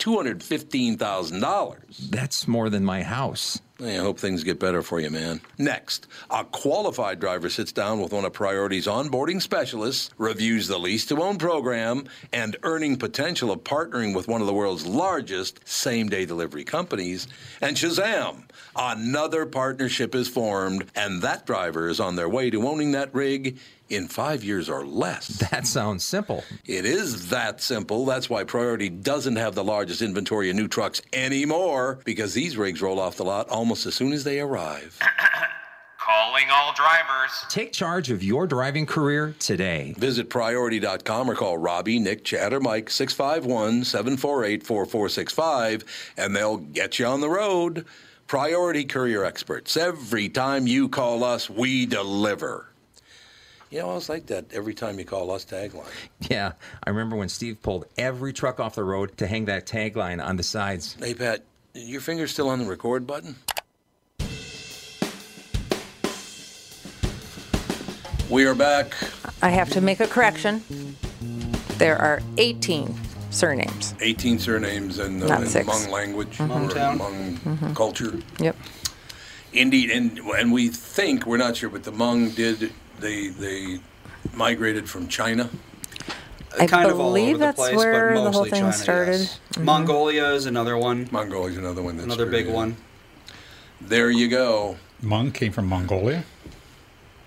Speaker 1: $215,000.
Speaker 8: That's more than my house.
Speaker 1: I hope things get better for you, man. Next, a qualified driver sits down with one of Priority's onboarding specialists, reviews the lease to own program, and earning potential of partnering with one of the world's largest same day delivery companies. And Shazam, another partnership is formed, and that driver is on their way to owning that rig in five years or less.
Speaker 8: That sounds simple.
Speaker 1: It is that simple. That's why Priority doesn't have the largest inventory of new trucks anymore because these rigs roll off the lot almost as soon as they arrive.
Speaker 9: Calling all drivers.
Speaker 8: Take charge of your driving career today.
Speaker 1: Visit priority.com or call Robbie, Nick, Chad, or Mike 651 748 4465 and they'll get you on the road. Priority Courier Experts. Every time you call us, we deliver. You know, I was like that every time you call us tagline.
Speaker 8: Yeah, I remember when Steve pulled every truck off the road to hang that tagline on the sides.
Speaker 1: Hey, Pat, your finger's still on the record button? We are back.
Speaker 4: I have to make a correction. There are 18 surnames.
Speaker 1: 18 surnames and uh,
Speaker 4: Not
Speaker 1: in
Speaker 4: six. Mm-hmm.
Speaker 1: Hmong language,
Speaker 5: Mm-hmm.
Speaker 1: or
Speaker 5: Hmongtown.
Speaker 1: Hmong culture.
Speaker 4: Yep.
Speaker 1: Indeed, and and we think we're not sure, but the Hmong did they they migrated from China.
Speaker 4: I
Speaker 5: Uh, kind of all
Speaker 4: believe
Speaker 5: over the
Speaker 4: that's
Speaker 5: place,
Speaker 4: where the
Speaker 5: but
Speaker 4: whole
Speaker 5: mostly
Speaker 4: thing
Speaker 5: China,
Speaker 4: started.
Speaker 5: yes.
Speaker 3: Mm-hmm.
Speaker 5: Mongolia is another one,
Speaker 1: Mongolia's another one. That's
Speaker 5: another big
Speaker 1: created.
Speaker 5: one.
Speaker 1: There you go.
Speaker 2: Hmong came from Mongolia.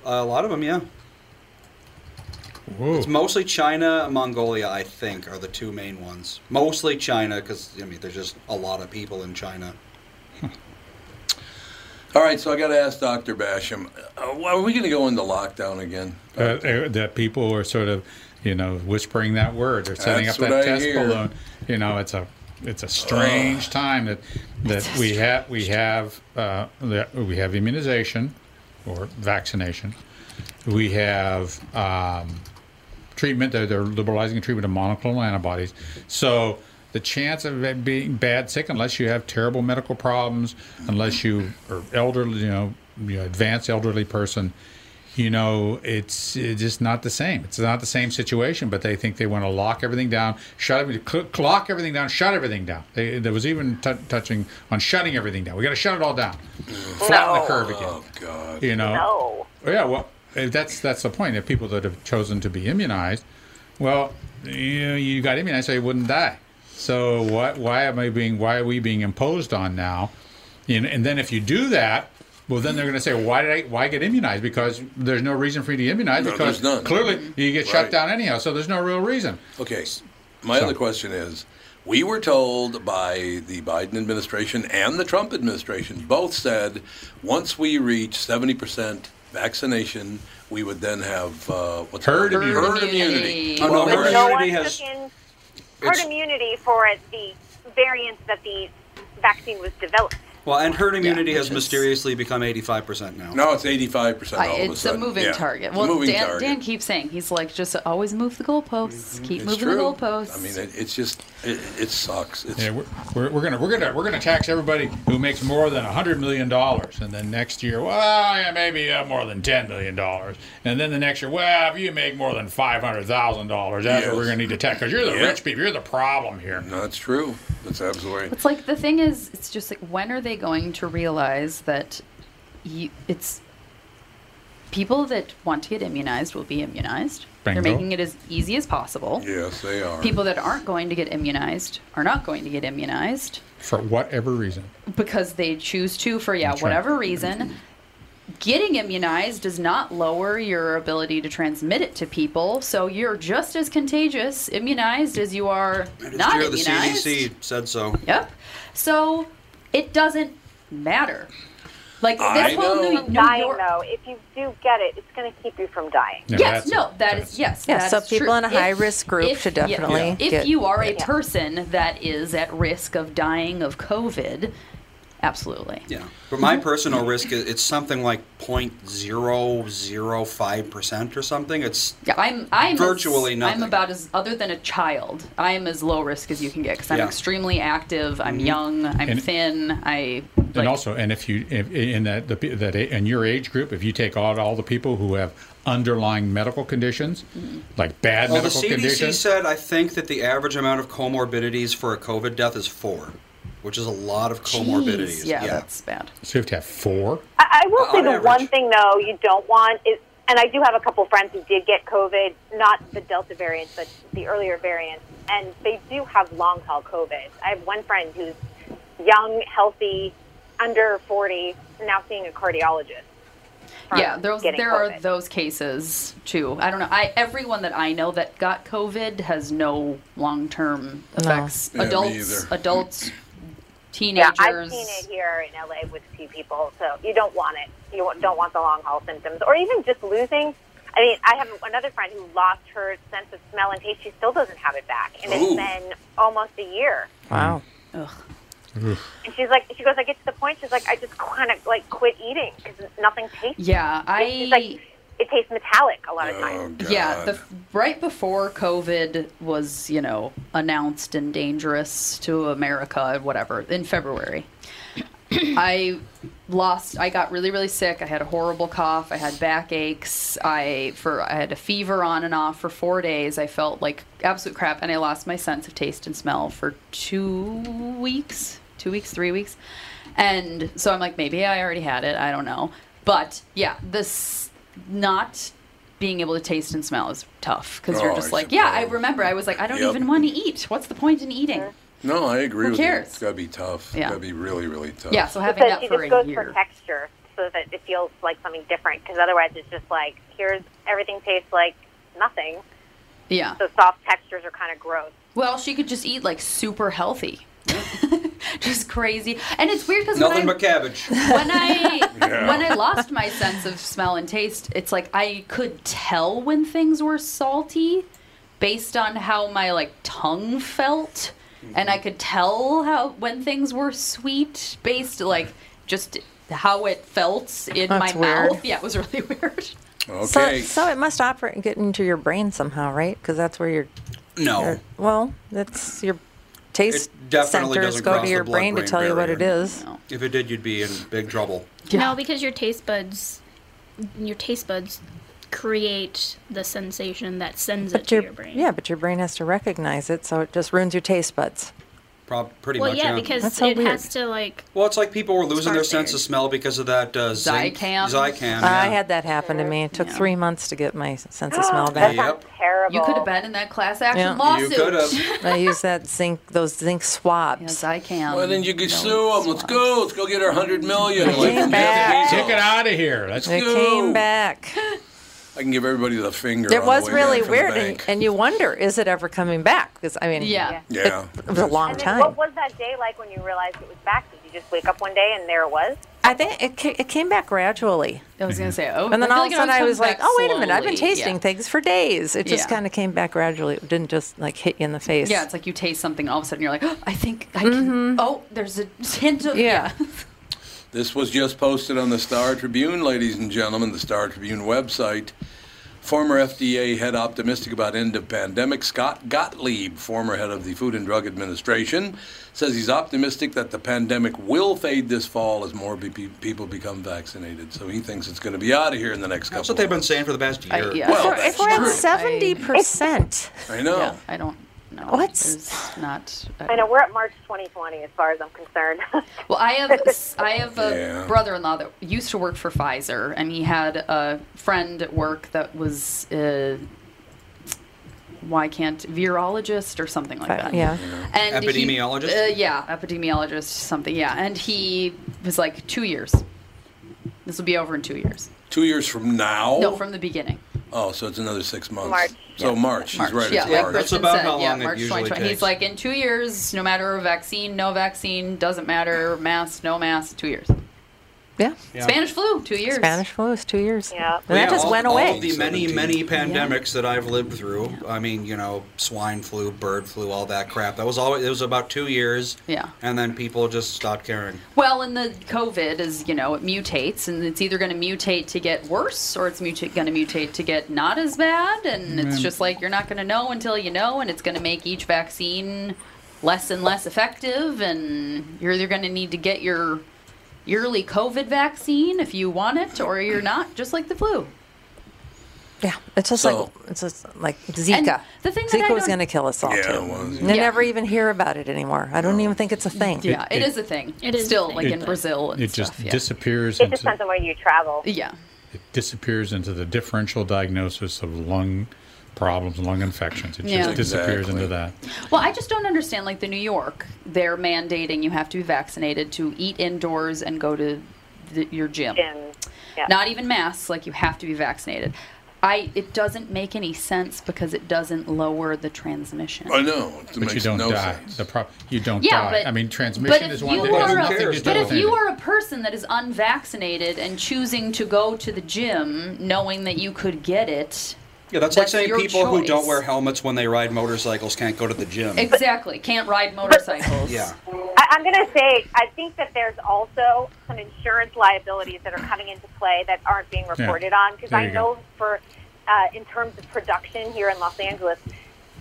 Speaker 5: a lot of them, yeah.
Speaker 2: Whoa.
Speaker 5: It's mostly China, and Mongolia, I think, are the two main ones. Mostly China, because I mean, there's just a lot of people in China.
Speaker 1: All right, so I got to ask Dr. Basham, uh, are we going to go into lockdown again?
Speaker 2: Uh, uh, that people are sort of, you know, whispering that word or setting
Speaker 1: That's
Speaker 2: up that
Speaker 1: what I
Speaker 2: test
Speaker 1: hear.
Speaker 2: balloon. You know, it's a it's a strange time that that we have we have uh, that we have immunization or vaccination. We have um, treatment. They're, they're liberalizing the treatment of monoclonal antibodies. So the chance of it being bad sick, unless you have terrible medical problems, unless you are elderly, you know, you know advanced elderly person, you know, it's, it's just not the same. It's not the same situation, but they think they want to lock everything down, shut everything, cl- lock everything down, shut everything down. They, there was even t- touching on shutting everything down. We got to shut it all down, flatten the curve again.
Speaker 1: Oh God!
Speaker 2: You know. Yeah. Well, eh, that's that's the point. If people that have chosen to be immunized, well, you, you got immunized, so you wouldn't die. So what? Why am I being? Why are we being imposed on now? And, and then if you do that, well, then they're going to say, why did I? Why get immunized? Because there's no reason for you to immunize.
Speaker 1: No,
Speaker 2: because
Speaker 1: there's none.
Speaker 2: clearly you get shut
Speaker 1: Right.
Speaker 2: down anyhow. So there's no real reason.
Speaker 1: Okay. My other question is we were told by the Biden administration and the Trump administration, both said once we reach 70% vaccination, we would then have uh, what's
Speaker 2: Herd
Speaker 1: called?
Speaker 2: immunity.
Speaker 1: Herd immunity.
Speaker 5: Oh, no,
Speaker 1: Well,
Speaker 5: herd
Speaker 1: herd-
Speaker 5: immunity
Speaker 7: one
Speaker 5: has-
Speaker 7: took in herd
Speaker 5: it's-
Speaker 7: immunity for the variants that the vaccine was developed.
Speaker 5: Well, and herd immunity has mysteriously become 85% now.
Speaker 1: No, it's 85%
Speaker 3: I- it's a moving target. Well, Dan, Dan keeps saying he's like, just always move the goalposts, keep
Speaker 1: It's
Speaker 3: moving the
Speaker 1: true.
Speaker 3: goalposts.
Speaker 1: I mean, it, it's just, it, it sucks. It's,
Speaker 2: Yeah, we're, we're, we're gonna we're gonna we're gonna tax everybody who makes more than hundred million dollars, and then next year, well, yeah, maybe uh, more than ten million dollars, and then the next year, well, if you make more than five hundred thousand dollars, that's what we're gonna need to tax because you're the
Speaker 1: Yeah.
Speaker 2: rich people, you're the problem here.
Speaker 1: No, that's true. That's absolutely.
Speaker 3: It's like the thing is, it's just like when are they going to realize that you, it's people that want to get immunized will be immunized.
Speaker 1: Bingo.
Speaker 3: They're making it as easy as possible.
Speaker 1: Yes, they are.
Speaker 3: People that aren't going to get immunized are not going to get immunized
Speaker 2: For whatever reason,
Speaker 3: because they choose to for yeah
Speaker 2: That's right.
Speaker 3: whatever reason. Getting immunized does not lower your ability to transmit it to people, so you're just as contagious immunized as you are not
Speaker 5: Here, the
Speaker 3: immunized.
Speaker 5: CDC said so.
Speaker 3: Yep. So it doesn't matter. Like this
Speaker 5: I
Speaker 3: whole
Speaker 5: know.
Speaker 3: New,
Speaker 7: From
Speaker 3: New
Speaker 7: dying,
Speaker 3: York.
Speaker 7: though, if you do get it, it's going to keep you from dying.
Speaker 3: Yes. no. That is yes.
Speaker 4: Yeah,
Speaker 3: that
Speaker 4: so
Speaker 3: is
Speaker 4: people
Speaker 3: true.
Speaker 4: in a high-risk group should
Speaker 3: yeah,
Speaker 4: definitely
Speaker 3: If
Speaker 4: get
Speaker 3: you are a person that is at risk of dying of COVID, absolutely.
Speaker 5: Yeah. But my personal risk is it's something like 0.005% or something. It's
Speaker 3: Yeah, I'm. I'm as-
Speaker 5: Virtually nothing.
Speaker 3: I'm about as other than a child. I am as low risk as you can get because I'm
Speaker 2: Yeah.
Speaker 3: extremely active. I'm
Speaker 2: Mhm.
Speaker 3: young. I'm
Speaker 2: And-
Speaker 3: thin. I
Speaker 2: and also, and if you if, in that the, pe- that a- in your age group, if you take out all the people who have underlying medical conditions,
Speaker 3: Mm-hmm.
Speaker 2: like bad
Speaker 5: well, the
Speaker 2: medical
Speaker 5: CDC
Speaker 2: conditions,
Speaker 5: said I think that the average amount of comorbidities for a COVID death is four, which is a lot of comorbidities.
Speaker 7: yeah, that's
Speaker 3: bad.
Speaker 2: so you have to have four.
Speaker 7: I, I will
Speaker 5: On
Speaker 7: say the
Speaker 5: average.
Speaker 7: one thing though you don't want is, and I do have a couple friends who did get COVID, not the Delta variant, but the earlier variant, and they do have long haul COVID. I have one friend who's young, healthy, under forty, now seeing a cardiologist. from
Speaker 3: yeah, there's,
Speaker 7: getting
Speaker 3: there
Speaker 7: COVID.
Speaker 3: are those cases too. I don't know. I everyone that I know that got COVID has no long term effects.
Speaker 7: Yeah, me
Speaker 3: adults,
Speaker 7: either.
Speaker 3: adults,
Speaker 7: Yeah,
Speaker 3: teenagers.
Speaker 7: I've seen it here in LA with a few people, so you don't want it. You wa- don't want the long haul symptoms, or even just losing. I mean, I have another friend who lost her sense of smell and taste. She still doesn't have it back, and it's
Speaker 4: Ooh.
Speaker 7: been almost a year.
Speaker 4: Wow.
Speaker 7: And she's like, she goes, I get to the point. She's like, I just kind of like quit eating because nothing tastes.
Speaker 3: Yeah, I.
Speaker 7: It's like it tastes metallic a lot of times.
Speaker 3: Yeah, the right before COVID was, you know, announced and dangerous to America, whatever, in February. I lost I got really really sick. I had a horrible cough, I had backaches. I for I had a fever on and off for 4 days. I felt like absolute crap and I lost my sense of taste and smell for 2 weeks, 2 weeks, 3 weeks. And so I'm like maybe I already had it, I don't know. But yeah, this not being able to taste and smell is tough because
Speaker 1: Oh,
Speaker 3: you're just
Speaker 1: I
Speaker 3: like, yeah, I remember. I was like, I don't
Speaker 1: Yep.
Speaker 3: even want to eat. What's the point in eating?
Speaker 1: No, I agree
Speaker 3: Who
Speaker 1: with you.
Speaker 3: cares?
Speaker 1: It's got to be tough.
Speaker 3: Yeah.
Speaker 1: It's got to be really, really tough.
Speaker 3: Yeah, so
Speaker 7: She
Speaker 3: having
Speaker 7: said
Speaker 3: that
Speaker 7: she
Speaker 3: for
Speaker 7: just
Speaker 3: a
Speaker 7: goes
Speaker 3: year.
Speaker 7: for texture, so that it feels like something different. Because otherwise, it's just like here's everything tastes like nothing.
Speaker 3: Yeah.
Speaker 7: So soft textures are kind of gross.
Speaker 3: Well, she could just eat like super healthy. just crazy. And it's weird because when I
Speaker 5: Nothing but cabbage.
Speaker 3: when I
Speaker 5: Yeah.
Speaker 3: when I lost my sense of smell and taste, it's like I could tell when things were salty based on how my like tongue felt and I
Speaker 5: Mm-hmm.
Speaker 3: could tell how when things were sweet based like just how it felt in
Speaker 4: That's
Speaker 3: my
Speaker 4: weird.
Speaker 3: mouth. Yeah, it was really weird.
Speaker 4: So,
Speaker 1: Okay.
Speaker 4: so it must operate get into your brain somehow, right? Because that's where your
Speaker 1: Oh.
Speaker 5: No.
Speaker 4: your- well, that's your taste
Speaker 5: It definitely
Speaker 4: centers
Speaker 5: doesn't
Speaker 4: go
Speaker 5: cross
Speaker 4: to
Speaker 5: the
Speaker 4: your brain
Speaker 5: blood-brain
Speaker 4: to tell you what it
Speaker 5: barrier.
Speaker 4: is.
Speaker 5: If it did, you'd be in big trouble.
Speaker 10: No, because your taste buds, your taste buds create the sensation that sends it
Speaker 4: But
Speaker 10: to
Speaker 4: your,
Speaker 10: your brain.
Speaker 4: yeah, but your brain has to recognize it, so it just ruins your taste buds.
Speaker 5: Prob- pretty
Speaker 10: well,
Speaker 5: much.
Speaker 10: yeah, because
Speaker 4: That's so
Speaker 10: it
Speaker 4: weird.
Speaker 10: has to like.
Speaker 5: Well, it's like people were losing their sense of smell because of that uh, zinc-
Speaker 10: Zicam?
Speaker 5: Zicam.
Speaker 4: I
Speaker 5: yeah.
Speaker 4: had that happen to me. It took three months to get my sense
Speaker 3: Ah,
Speaker 4: of smell back.
Speaker 5: That sounds
Speaker 3: terrible. You could have been in that class action
Speaker 4: Yeah.
Speaker 3: lawsuit.
Speaker 4: I used that zinc, those zinc swabs.
Speaker 3: I can.
Speaker 1: Well, then you could sue them. Let's go. Let's go get our hundred million.
Speaker 4: They came back.
Speaker 2: Get out of here. Let's
Speaker 4: It
Speaker 1: go.
Speaker 4: came back.
Speaker 1: I can give everybody the finger. on
Speaker 4: It
Speaker 1: the
Speaker 4: was
Speaker 1: way
Speaker 4: really
Speaker 1: back from the
Speaker 4: weird,
Speaker 1: bank.
Speaker 4: and, and you wonder, is it ever coming back? Because I mean,
Speaker 3: Yeah.
Speaker 1: Yeah.
Speaker 4: it was a long
Speaker 7: And then
Speaker 4: time.
Speaker 7: What was that day like when you realized it was back? Did you just wake up one day and there it was?
Speaker 4: I think it, ca- it came back gradually.
Speaker 3: I was gonna
Speaker 1: Mm-hmm.
Speaker 3: say, oh,
Speaker 4: and then
Speaker 3: I feel
Speaker 4: all of
Speaker 3: like
Speaker 4: a
Speaker 3: it
Speaker 4: sudden
Speaker 3: always
Speaker 4: I was
Speaker 3: comes
Speaker 4: like,
Speaker 3: back
Speaker 4: oh wait a minute, I've been
Speaker 3: slowly.
Speaker 4: tasting
Speaker 3: Yeah.
Speaker 4: things for days. It just
Speaker 3: Yeah.
Speaker 4: kind of came back gradually. It didn't just like hit you in the face.
Speaker 3: Yeah, it's like you taste something, all of a sudden you're like, oh, I think I can. Oh, there's a hint of yeah.
Speaker 1: This was just posted on the Star Tribune, ladies and gentlemen, the Star Tribune website. Former FDA head optimistic about end of pandemic, Scott Gottlieb, former head of the Food and Drug Administration, says he's optimistic that the pandemic will fade this fall as more be- pe- people become vaccinated. So he thinks it's going to be out of here in the next couple.
Speaker 5: That's what they've been saying for the past year.
Speaker 1: yeah. Well,
Speaker 4: If we're- if we're at
Speaker 1: that's
Speaker 4: seventy percent,
Speaker 1: I know.
Speaker 3: Yeah, I don't know. What's not? uh,
Speaker 7: I know we're at March 2020 as far as I'm concerned.
Speaker 3: Well, I have I have a
Speaker 7: Yeah.
Speaker 3: brother-in-law that used to work for Pfizer, and he had a friend at work that was uh, why can't virologist or something like that.
Speaker 4: yeah.
Speaker 3: And he-
Speaker 5: Epidemiologist?
Speaker 3: uh, yeah, epidemiologist, something. Yeah, and he was like two years. This will be over in two years.
Speaker 1: Two years from now.
Speaker 3: No, from the beginning.
Speaker 1: oh, so it's another six months.
Speaker 3: March.
Speaker 1: So March. He's right.
Speaker 3: Yeah,
Speaker 1: it's
Speaker 3: like
Speaker 1: March.
Speaker 3: Kristen said, yeah, March 2020. He's like, in two years, no matter vaccine, no vaccine, doesn't matter, mask, no mask, two years.
Speaker 4: Yeah.
Speaker 3: Spanish flu, two years.
Speaker 4: Spanish flu is two years.
Speaker 3: Yeah.
Speaker 4: And that just
Speaker 5: all,
Speaker 4: went
Speaker 5: all
Speaker 4: away.
Speaker 5: of the many, many pandemics that I've lived through. I mean, you know, swine flu, bird flu, all that crap. That was always. It was about two years,
Speaker 3: Yeah.
Speaker 5: and then people just stopped caring.
Speaker 3: Well, and the COVID is, you know, it mutates, and it's either going to mutate to get worse or it's muta- going to mutate to get not as bad. And it's
Speaker 4: Mm.
Speaker 3: just like you're not going to know until you know, and it's going to make each vaccine less and less effective. And you're either going to need to get your yearly COVID vaccine if you want it, or you're not, just like the flu.
Speaker 4: It's just
Speaker 3: So-
Speaker 4: like it's just like
Speaker 3: And
Speaker 4: Zika.
Speaker 3: the thing that I
Speaker 4: Zika was
Speaker 3: don't-
Speaker 4: going to kill us all
Speaker 1: Yeah,
Speaker 4: too.
Speaker 1: it was.
Speaker 4: They
Speaker 3: Yeah.
Speaker 4: never even hear about it anymore. I don't even think it's a thing.
Speaker 3: Yeah, it is a thing. It is still like in
Speaker 2: It-
Speaker 3: Brazil. And
Speaker 2: it just
Speaker 3: stuff, yeah.
Speaker 2: disappears It into- depends
Speaker 7: on where you travel.
Speaker 3: Yeah.
Speaker 2: It disappears into the differential diagnosis of lung problems, lung infections. It
Speaker 3: Yeah.
Speaker 2: just disappears
Speaker 1: Exactly.
Speaker 2: into that.
Speaker 3: Well, I just don't understand. Like the New York, they're mandating you have to be vaccinated to eat indoors and go to the, your gym. Not even masks. Like you have to be vaccinated. I. It doesn't make any sense because it doesn't lower the transmission.
Speaker 1: I know. It
Speaker 2: but you
Speaker 1: makes
Speaker 2: don't
Speaker 1: no
Speaker 2: die. The pro- you don't
Speaker 3: Yeah,
Speaker 2: die.
Speaker 3: but-
Speaker 2: I mean,
Speaker 3: But
Speaker 2: transmission
Speaker 3: if
Speaker 2: is
Speaker 3: you
Speaker 2: one thing. It has
Speaker 3: are,
Speaker 2: nothing to
Speaker 3: a,
Speaker 2: do
Speaker 3: but if
Speaker 2: with
Speaker 3: you
Speaker 2: anything.
Speaker 3: are a person that is unvaccinated and choosing to go to the gym knowing that you could get it,
Speaker 5: Yeah, that's,
Speaker 3: That's
Speaker 5: like
Speaker 3: your
Speaker 5: saying people who don't
Speaker 3: choice.
Speaker 5: wear helmets when they ride motorcycles can't go to the gym.
Speaker 3: exactly, can't ride motorcycles.
Speaker 5: Yeah.
Speaker 7: I, I'm going to say, I think that there's also some insurance liabilities that are coming into play that aren't being reported on because
Speaker 6: There
Speaker 7: I
Speaker 6: you
Speaker 7: know
Speaker 6: go.
Speaker 7: for uh, in terms of production here in Los Angeles,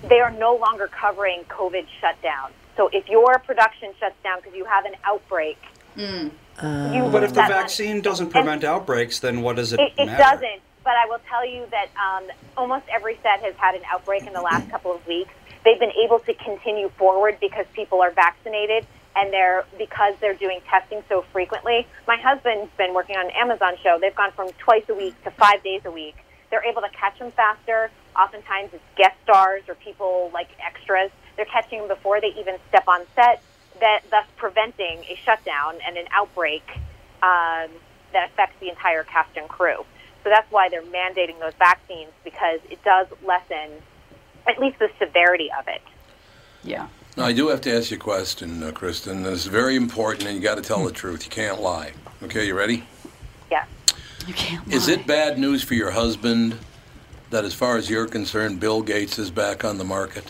Speaker 7: they are no longer covering COVID shutdown. So if your production shuts down because you have an outbreak, you
Speaker 5: but if the
Speaker 7: that-
Speaker 5: vaccine doesn't prevent outbreaks, then what does it,
Speaker 7: it, it
Speaker 5: matter?
Speaker 7: doesn't. But I will tell you that um, almost every set has had an outbreak in the last couple of weeks. They've been able to continue forward because people are vaccinated and they're because they're doing testing so frequently. My husband's been working on an Amazon show. They've gone from twice a week to five days a week. They're able to catch them faster. Oftentimes, it's guest stars or people like extras. They're catching them before they even step on set, that thus preventing a shutdown and an outbreak um, that affects the entire cast and crew. So that's why they're mandating those vaccines because it does lessen at least the severity of it.
Speaker 3: Yeah.
Speaker 1: Now, I do have to ask you a question, uh, Kristen. It's very important, and you got to
Speaker 2: Hmm.
Speaker 1: tell the truth. You can't lie. Okay, you ready?
Speaker 7: Yeah.
Speaker 3: You can't.
Speaker 1: Is it bad news for your husband that, as far as you're concerned, Bill Gates is back on the market?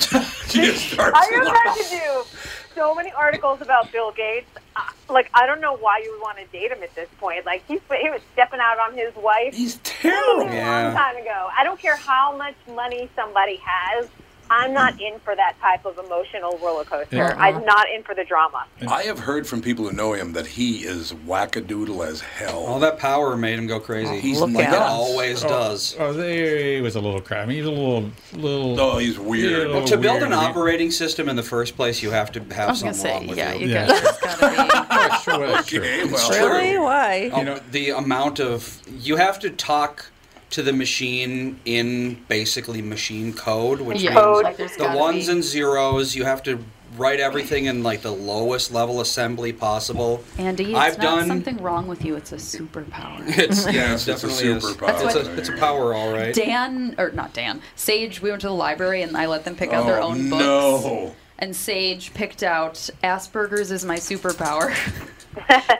Speaker 1: you start
Speaker 7: I have had to do so many articles about Bill Gates. Uh, like I don't know why you would want to date him at this point. Like he's he was stepping out on his wife. He's terrible. A long
Speaker 6: Yeah.
Speaker 7: time ago. I don't care how much money somebody has. I'm not in for that type of emotional roller coaster.
Speaker 1: Yeah.
Speaker 7: I'm not in for the drama.
Speaker 1: I have heard from people who know him that he is wackadoodle as hell.
Speaker 5: All that power made him go crazy.
Speaker 1: He's
Speaker 5: like it
Speaker 1: nuts.
Speaker 5: always does.
Speaker 2: Oh, they, he was a little crap. I mean, he's a little, little.
Speaker 1: Oh, he's weird.
Speaker 2: Yeah, a
Speaker 5: Well,
Speaker 2: little
Speaker 5: to build an
Speaker 2: weird.
Speaker 5: operating system in the first place, you have to
Speaker 4: I
Speaker 5: have
Speaker 4: was gonna
Speaker 5: something
Speaker 4: say,
Speaker 5: wrong with
Speaker 4: yeah,
Speaker 5: you.
Speaker 4: you Yeah. gotta- it's
Speaker 2: That's true. That's true.
Speaker 5: It's
Speaker 4: well. Really? Why?
Speaker 5: You know, the amount of you have to talk to the machine in basically machine code, which
Speaker 3: Yeah,
Speaker 5: means
Speaker 3: like there's
Speaker 5: the
Speaker 3: gotta
Speaker 5: ones
Speaker 3: be-
Speaker 5: and zeros. You have to write everything in like the lowest level assembly possible.
Speaker 3: Andy, it's
Speaker 5: I've
Speaker 3: not
Speaker 5: done.
Speaker 3: something wrong with you. It's a superpower.
Speaker 5: It's yeah, it's
Speaker 1: Yes, it's a
Speaker 5: definitely is.
Speaker 1: superpower.
Speaker 5: It's a
Speaker 1: That's
Speaker 5: it's a power, all right.
Speaker 3: Dan, or not Dan, Sage, we went to the library and I let them pick out their
Speaker 5: Oh,
Speaker 3: own books.
Speaker 5: no.
Speaker 3: And Sage picked out Asperger's is my superpower.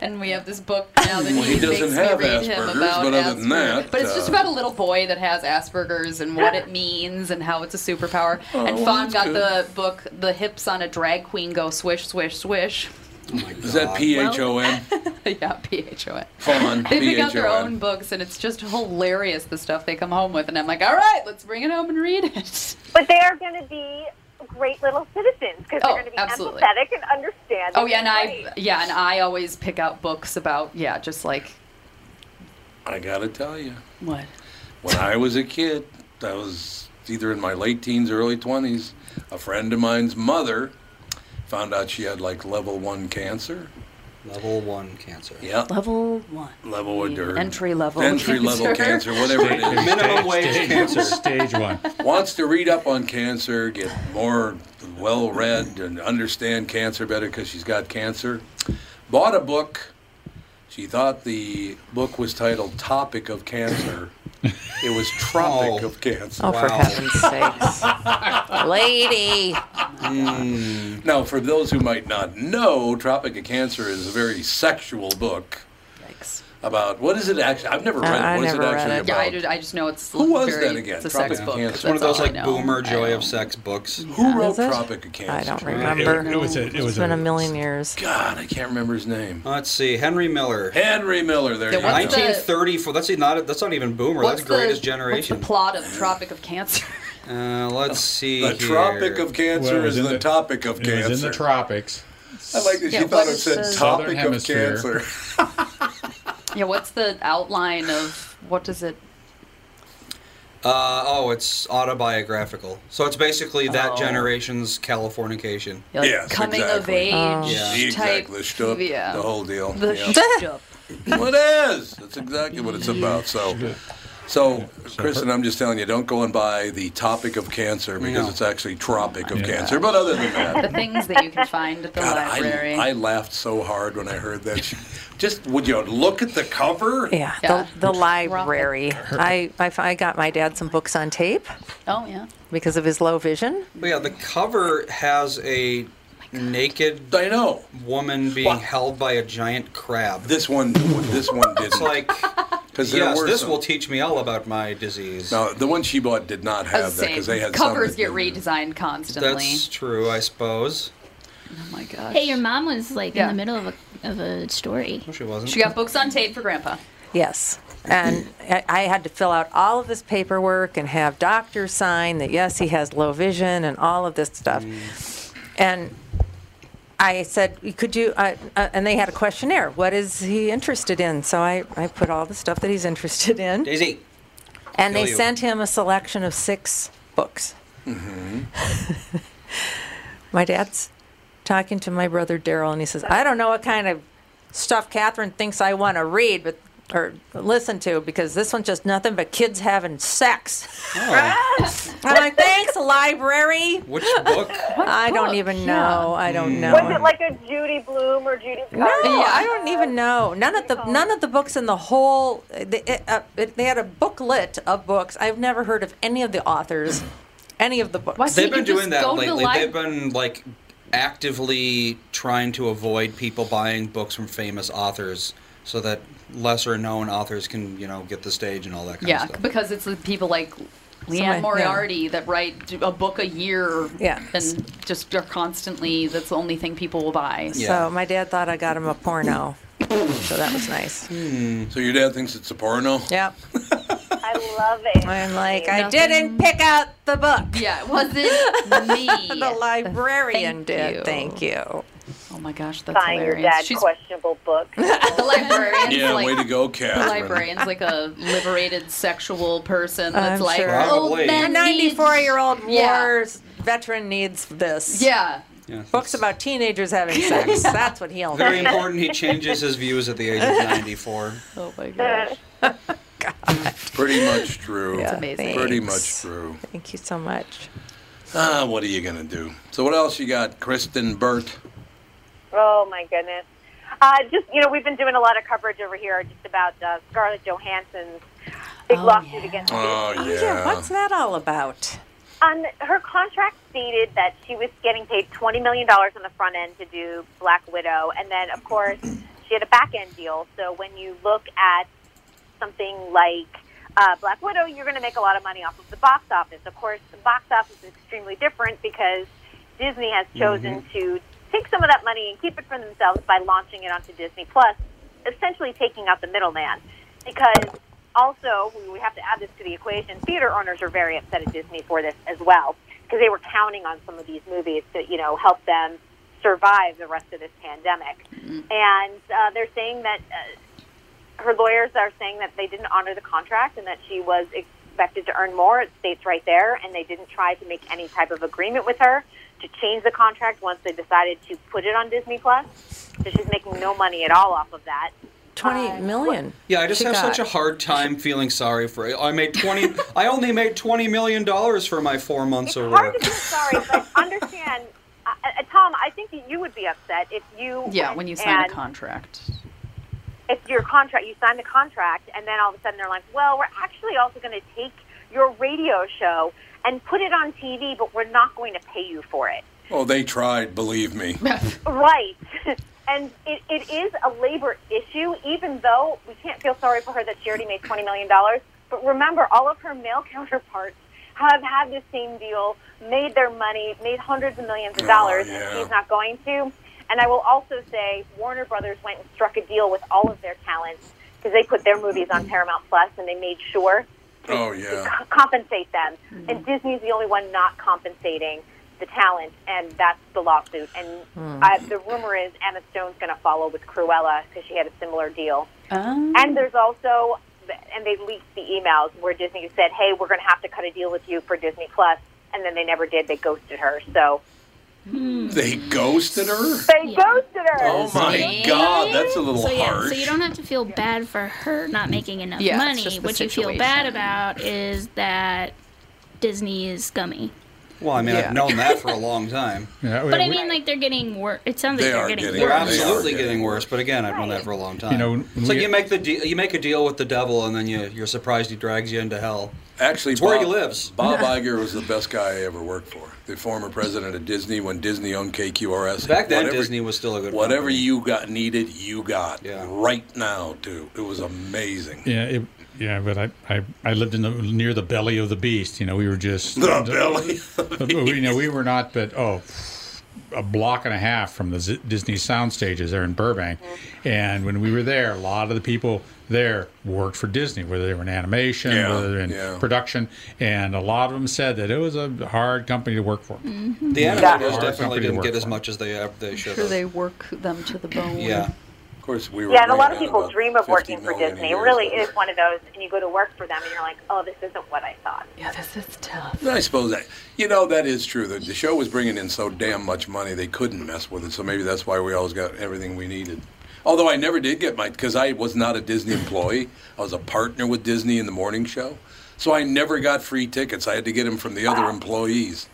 Speaker 3: and we have this book now that
Speaker 1: Well,
Speaker 3: he,
Speaker 1: he doesn't
Speaker 3: makes
Speaker 1: have
Speaker 3: me read him
Speaker 1: Asperger's,
Speaker 3: about
Speaker 1: but other than
Speaker 3: Asperger.
Speaker 1: that,
Speaker 3: but it's just
Speaker 1: uh,
Speaker 3: about a little boy that has Asperger's and what it means and how it's a superpower.
Speaker 1: Oh,
Speaker 3: and
Speaker 1: well,
Speaker 3: Fawn
Speaker 1: that's
Speaker 3: got
Speaker 1: good.
Speaker 3: the book The Hips on a Drag Queen Go Swish Swish Swish.
Speaker 1: Is that P H O N?
Speaker 3: yeah, P H O N.
Speaker 1: Fawn.
Speaker 3: They pick out their
Speaker 1: P-H-O-N.
Speaker 3: own books, and it's just hilarious the stuff they come home with. And I'm like, all right, let's bring it home and read it.
Speaker 7: But they are going to be great little citizens because they're
Speaker 3: Oh,
Speaker 7: going to be
Speaker 3: absolutely.
Speaker 7: empathetic and understanding.
Speaker 3: Oh yeah, and
Speaker 7: great.
Speaker 3: I yeah, and I always pick out books about yeah, just like
Speaker 1: I gotta tell you,
Speaker 3: what?
Speaker 1: when I was a kid, I was either in my late teens, early twenties. A friend of mine's mother found out she had like level one cancer.
Speaker 5: Level one cancer.
Speaker 1: Yeah.
Speaker 3: Level one.
Speaker 1: Level one. or
Speaker 3: Entry level
Speaker 1: Oh, Entry level cancer,
Speaker 3: cancer.
Speaker 1: whatever it is.
Speaker 5: Minimum wage cancer.
Speaker 2: Stage one.
Speaker 1: Wants to read up on cancer, get more well read and understand cancer better because she's got cancer. Bought a book. She thought the book was titled Topic of Cancer. It was Tropic of Cancer.
Speaker 4: Oh, for heaven's sakes. Lady.
Speaker 1: Hmm. Now, for those who might not know, Tropic of Cancer is a very sexual book.
Speaker 3: Yikes.
Speaker 1: About what is it actually? I've Uh, never read
Speaker 3: I
Speaker 1: it. What is
Speaker 3: never
Speaker 1: it actually
Speaker 3: Yeah,
Speaker 1: about?
Speaker 3: I, did, I just know it's
Speaker 1: Who was
Speaker 3: very,
Speaker 1: that again?
Speaker 3: It's a
Speaker 1: Tropic
Speaker 3: sex
Speaker 1: of
Speaker 3: book.
Speaker 1: Cancer.
Speaker 5: It's one of those
Speaker 3: That's all I
Speaker 5: like
Speaker 3: know.
Speaker 5: boomer joy of sex books.
Speaker 1: Who wrote
Speaker 4: Is it?
Speaker 1: Tropic of Cancer?
Speaker 4: I don't remember.
Speaker 2: It- it was a- it was
Speaker 4: it's been
Speaker 2: a-
Speaker 4: a million years.
Speaker 1: God, I can't remember his name.
Speaker 5: Let's see, Henry Miller.
Speaker 1: Henry Miller. There
Speaker 3: Yeah,
Speaker 1: you go.
Speaker 3: what's the-
Speaker 5: 1934. That's not. That's not even boomer.
Speaker 3: What's
Speaker 5: That's greatest
Speaker 3: the,
Speaker 5: generation.
Speaker 3: What's the plot of Tropic of Cancer?
Speaker 5: Uh, let's see.
Speaker 1: The
Speaker 5: here.
Speaker 1: Tropic of Cancer
Speaker 2: Well, it was
Speaker 1: is
Speaker 2: in
Speaker 1: the,
Speaker 2: the-
Speaker 1: topic of
Speaker 2: It was
Speaker 1: cancer.
Speaker 2: in the tropics.
Speaker 1: I like that
Speaker 3: Yeah,
Speaker 1: she thought
Speaker 3: what
Speaker 1: it
Speaker 3: is
Speaker 1: said
Speaker 3: the-
Speaker 1: topic
Speaker 2: Southern
Speaker 1: of
Speaker 2: hemisphere.
Speaker 1: cancer.
Speaker 3: yeah, what's the outline of what does it?
Speaker 5: Uh, oh, it's autobiographical. So it's basically that
Speaker 3: Oh.
Speaker 5: generation's Californication.
Speaker 3: Like
Speaker 1: Yes,
Speaker 3: coming of
Speaker 1: exactly.
Speaker 3: age
Speaker 5: Yeah.
Speaker 1: The
Speaker 3: type.
Speaker 1: exact the shtup,
Speaker 3: yeah.
Speaker 1: the whole deal.
Speaker 3: The
Speaker 1: yeah.
Speaker 3: shtup.
Speaker 1: Well, it is. That's exactly what it's about. So, so Kristen, I'm just telling you, don't go and buy the topic of cancer because it's actually tropic of cancer. But other than
Speaker 3: the
Speaker 1: that,
Speaker 3: things that you can find at the
Speaker 1: God,
Speaker 3: library.
Speaker 1: I, I laughed so hard when I heard that. She- Just would you look at the cover?
Speaker 4: Yeah, the, the library. I, I, I got my dad some books on tape
Speaker 3: oh yeah.
Speaker 4: because of his low vision.
Speaker 5: But yeah, the cover has a naked
Speaker 1: I know.
Speaker 5: woman being held by a giant crab.
Speaker 1: This one, this one didn't.
Speaker 5: It's like,
Speaker 1: Because there
Speaker 5: yes,
Speaker 1: were
Speaker 5: this
Speaker 1: some.
Speaker 5: will teach me all about my disease.
Speaker 1: Now, the one she bought did not
Speaker 3: I was
Speaker 1: have that because
Speaker 3: saying,
Speaker 1: they had
Speaker 3: Uh, covers
Speaker 1: some that
Speaker 3: get
Speaker 1: did.
Speaker 3: redesigned constantly.
Speaker 5: That's true, I suppose.
Speaker 3: oh my gosh.
Speaker 10: Hey, your mom was like
Speaker 3: Yeah.
Speaker 10: in the middle of a, of a story.
Speaker 5: No, she wasn't.
Speaker 3: She got books on tape for Grandpa.
Speaker 4: Yes. And I I had to fill out all of this paperwork and have doctors sign that, yes, he has low vision and all of this stuff.
Speaker 5: Mm.
Speaker 4: And I said, could you, I- uh, and they had a questionnaire. What is he interested in? So I, I put all the stuff that he's interested in.
Speaker 5: Daisy.
Speaker 4: And they
Speaker 5: Kill you.
Speaker 4: sent him a selection of six books.
Speaker 5: Mm-hmm.
Speaker 4: my dad's talking to my brother Daryl, and he says, I don't know what kind of stuff Catherine thinks I want to read, but or listen to because this one's just nothing but kids having sex.
Speaker 1: Oh.
Speaker 4: I'm like, thanks, library.
Speaker 5: Which book? Hmm.
Speaker 4: I don't even know. I don't know.
Speaker 7: Was it like a Judy Bloom or Judy?
Speaker 4: No, I don't even know. None of the none of the books in the whole they, it, uh, it, they had a booklet of books. I've never heard of any of the authors, any of the books.
Speaker 5: They've been doing that lately. They've been like actively trying to avoid people buying books from famous authors so that lesser known authors can, you know, get the stage and all that kind
Speaker 3: Yeah,
Speaker 5: of stuff.
Speaker 3: because it's the people like
Speaker 4: Somebody-
Speaker 3: Leanne Moriarty that write a book a year
Speaker 4: Yeah.
Speaker 3: and just are constantly, that's the only thing people will buy.
Speaker 4: So my dad thought I got him a porno. Oh. so that was nice.
Speaker 1: Hmm. So your dad thinks it's a porno?
Speaker 4: Yep.
Speaker 7: I love it.
Speaker 4: I'm like, I didn't pick out the book.
Speaker 3: Yeah, it wasn't me.
Speaker 4: the librarian
Speaker 3: Thank
Speaker 4: did.
Speaker 3: you.
Speaker 4: Thank you.
Speaker 3: Oh my gosh, that's
Speaker 7: Buying your
Speaker 3: hilarious.
Speaker 7: dad
Speaker 3: She's-
Speaker 7: questionable books.
Speaker 3: the librarian's
Speaker 1: Yeah,
Speaker 3: like,
Speaker 1: way to go,
Speaker 3: the
Speaker 1: Catherine.
Speaker 3: librarian's like a liberated sexual person that's
Speaker 4: I'm
Speaker 3: like,
Speaker 4: sure.
Speaker 3: oh,
Speaker 4: A
Speaker 3: man,
Speaker 4: 94 year old
Speaker 3: Yeah.
Speaker 4: war veteran needs this.
Speaker 3: Yeah.
Speaker 4: Books about teenagers having sex. That's what he'll
Speaker 5: Very
Speaker 4: need.
Speaker 5: important. He changes his views at the age of 94.
Speaker 3: Oh my gosh.
Speaker 1: Pretty much true.
Speaker 4: Yeah, It's amazing.
Speaker 1: Pretty much
Speaker 4: thanks.
Speaker 1: true.
Speaker 4: Thank you so much.
Speaker 1: Ah, what are you gonna do? So what else you got, Kristen Burt?
Speaker 7: Oh my goodness! Uh, just you know, we've been doing a lot of coverage over here just about uh, Scarlett Johansson's big lawsuit against
Speaker 1: Oh
Speaker 4: yeah. What's that all about?
Speaker 7: Um, her contract stated that she was getting paid twenty million dollars on the front end to do Black Widow, and then of course she had a back end deal. So when you look at something like uh, Black Widow, you're going to make a lot of money off of the box office. Of course, the box office is extremely different because Disney has chosen to take some of that money and keep it for themselves by launching it onto Disney Plus, essentially taking out the middleman. Because also, we- we have to add this to the equation. Theater owners are very upset at Disney for this as well, because they were counting on some of these movies to, you know, help them survive the rest of this pandemic. And uh, they're saying that uh, her lawyers are saying that they didn't honor the contract and that she was expected to earn more. It states right there, and they didn't try to make any type of agreement with her to change the contract once they decided to put it on Disney Plus. So she's making no money at all off of that.
Speaker 4: Twenty million.
Speaker 5: Yeah, I just
Speaker 4: she
Speaker 5: have
Speaker 4: got.
Speaker 5: such a hard time feeling sorry for it. I made 20 I only made 20 million dollars for my 4 months or
Speaker 7: hard
Speaker 5: whatever.
Speaker 7: to feel sorry, but understand, uh, uh, Tom. I think that you would be upset if you
Speaker 3: Yeah,
Speaker 7: went
Speaker 3: when you sign
Speaker 7: and
Speaker 3: a contract.
Speaker 7: if your contract, you sign the contract, and then all of a sudden they're like, well, we're actually also going to take your radio show and put it on TV, but we're not going to pay you for it.
Speaker 1: Oh, they tried, believe me.
Speaker 7: Right. And it, it is a labor issue, even though we can't feel sorry for her that she already made $20 million. But remember, all of her male counterparts have had the same deal, made their money, made hundreds of millions of dollars, and she's not going to. And I will also say Warner Brothers went and struck a deal with all of their talents because they put their movies on Paramount Plus and they made sure
Speaker 1: Oh yeah.
Speaker 7: co- compensate them.
Speaker 3: Hmm.
Speaker 7: And Disney's the only one not compensating the talent, and that's the lawsuit. And
Speaker 3: Hmm.
Speaker 6: Mm.
Speaker 7: uh, the rumor is Emma Stone's going to follow with Cruella because she had a similar deal.
Speaker 3: Oh.
Speaker 7: And there's also, and they leaked the emails where Disney said, "Hey, we're going to have to cut a deal with you for Disney Plus," and then they never did. They ghosted her. So
Speaker 1: They ghosted her?
Speaker 7: they ghosted her.
Speaker 1: Oh my god, that's a little
Speaker 10: So yeah,
Speaker 1: harsh.
Speaker 10: so you don't have to feel bad for her not making enough
Speaker 3: Yeah, it's
Speaker 10: money.
Speaker 3: just the
Speaker 10: What you feel bad
Speaker 3: situation.
Speaker 10: about is that Disney is scummy.
Speaker 5: Well, I mean,
Speaker 10: Yeah.
Speaker 5: I've known that for a long time.
Speaker 2: Yeah,
Speaker 10: But I mean, like they're getting worse. It sounds like
Speaker 5: They
Speaker 10: they're
Speaker 5: are
Speaker 10: getting,
Speaker 5: getting
Speaker 10: worse.
Speaker 5: They're absolutely getting worse. But again, I've known that for a long time.
Speaker 2: You know,
Speaker 5: it's like you make the de- you make a deal with the devil, and then you you're surprised he drags you into hell.
Speaker 1: Actually,
Speaker 5: it's where
Speaker 1: Bob-
Speaker 5: he lives.
Speaker 1: Bob Iger was the best guy I ever worked for. The former president of Disney when Disney owned KQRS.
Speaker 5: Back then, Disney was still a good.
Speaker 1: Whatever
Speaker 5: company.
Speaker 1: you got needed, you got right now too. It was amazing.
Speaker 2: Yeah, it, yeah, but I, I, I lived in the near the belly of the beast. You know, we were just
Speaker 1: The belly
Speaker 2: you know, we were not, but oh, a block and a half from the Z- Disney sound stages there in Burbank, and when we were there, a lot of the people there worked for Disney, whether they were in animation,
Speaker 1: Yeah,
Speaker 2: whether they were in
Speaker 1: yeah.
Speaker 2: production, and a lot of them said that it was a hard company to work for.
Speaker 1: Mm-hmm.
Speaker 5: The
Speaker 2: Yeah.
Speaker 5: animators
Speaker 2: Hard
Speaker 5: definitely
Speaker 2: company to
Speaker 5: didn't
Speaker 2: work
Speaker 5: get as
Speaker 2: for.
Speaker 5: much as they uh, they should
Speaker 3: Sure,
Speaker 5: have.
Speaker 3: they work them to the bone.
Speaker 5: Yeah.
Speaker 1: Of course, we were.
Speaker 7: Yeah, and a lot
Speaker 1: right
Speaker 7: of
Speaker 1: down
Speaker 7: people
Speaker 1: about
Speaker 7: dream of
Speaker 1: 50
Speaker 7: working for
Speaker 1: million a
Speaker 7: Disney. It
Speaker 1: year.
Speaker 7: really is one of those, and you go to work for them, and you're like, "Oh, this isn't what I thought."
Speaker 3: Yeah, this is tough.
Speaker 1: I suppose that you know that is true. The, the show was bringing in so damn much money they couldn't mess with it. So maybe that's why we always got everything we needed. Although I never did get my because I was not a Disney employee. I was a partner with Disney in the morning show, so I never got free tickets. I had to get them from the other employees.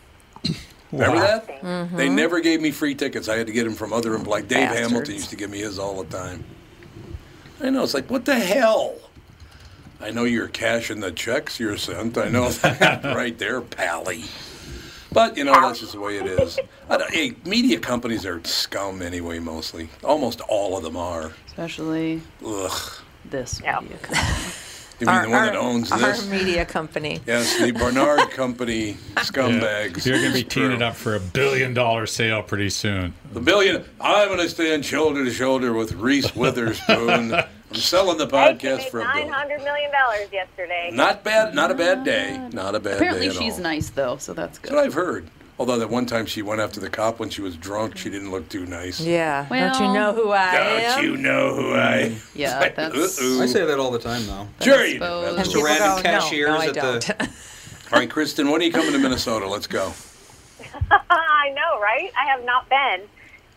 Speaker 1: Remember that?
Speaker 7: Mm-hmm.
Speaker 1: They never gave me free tickets. I had to get them from other employees. Like Dave
Speaker 2: Bastards.
Speaker 1: Hamilton used to give me his all the time. I know. It's like what the hell. I know you're cashing the checks you're sent. I know that right there, Pally. But you know that's just the way it is. I don't, hey, media companies are scum anyway, mostly. Almost all of them are.
Speaker 3: Especially
Speaker 1: Ugh.
Speaker 3: this.
Speaker 7: Yeah.
Speaker 1: You mean
Speaker 4: Our-
Speaker 1: the one that
Speaker 4: our-
Speaker 1: owns
Speaker 4: our
Speaker 1: this?
Speaker 4: media company.
Speaker 1: Yes, the Bernard Company scumbags.
Speaker 2: You're going to be teeing it up for a billion dollar sale pretty soon.
Speaker 1: The billion. I'm going to stand shoulder to shoulder with Reese Witherspoon. I'm selling the podcast for a
Speaker 7: Nine
Speaker 1: billion.
Speaker 7: hundred million dollars yesterday.
Speaker 1: Not bad. Not a bad day. Not a bad
Speaker 3: Apparently
Speaker 1: day at
Speaker 3: she's
Speaker 1: all.
Speaker 3: nice though, so that's good.
Speaker 1: That's what I've heard. Although that one time she went after the cop when she was drunk, she didn't look too nice.
Speaker 4: Yeah. Don't
Speaker 3: Well-
Speaker 4: you know who I
Speaker 1: Don't
Speaker 4: am? Mm.
Speaker 1: you know who I?
Speaker 4: Yeah,
Speaker 1: Like,
Speaker 4: that's-
Speaker 1: uh-oh.
Speaker 5: I say that all the time, though.
Speaker 1: Sure you do.
Speaker 5: Just
Speaker 1: That's
Speaker 5: to
Speaker 1: right.
Speaker 5: random cashiers at the.
Speaker 1: All right, Kristen, when are you coming to Minnesota? Let's go.
Speaker 7: I know, right? I have not been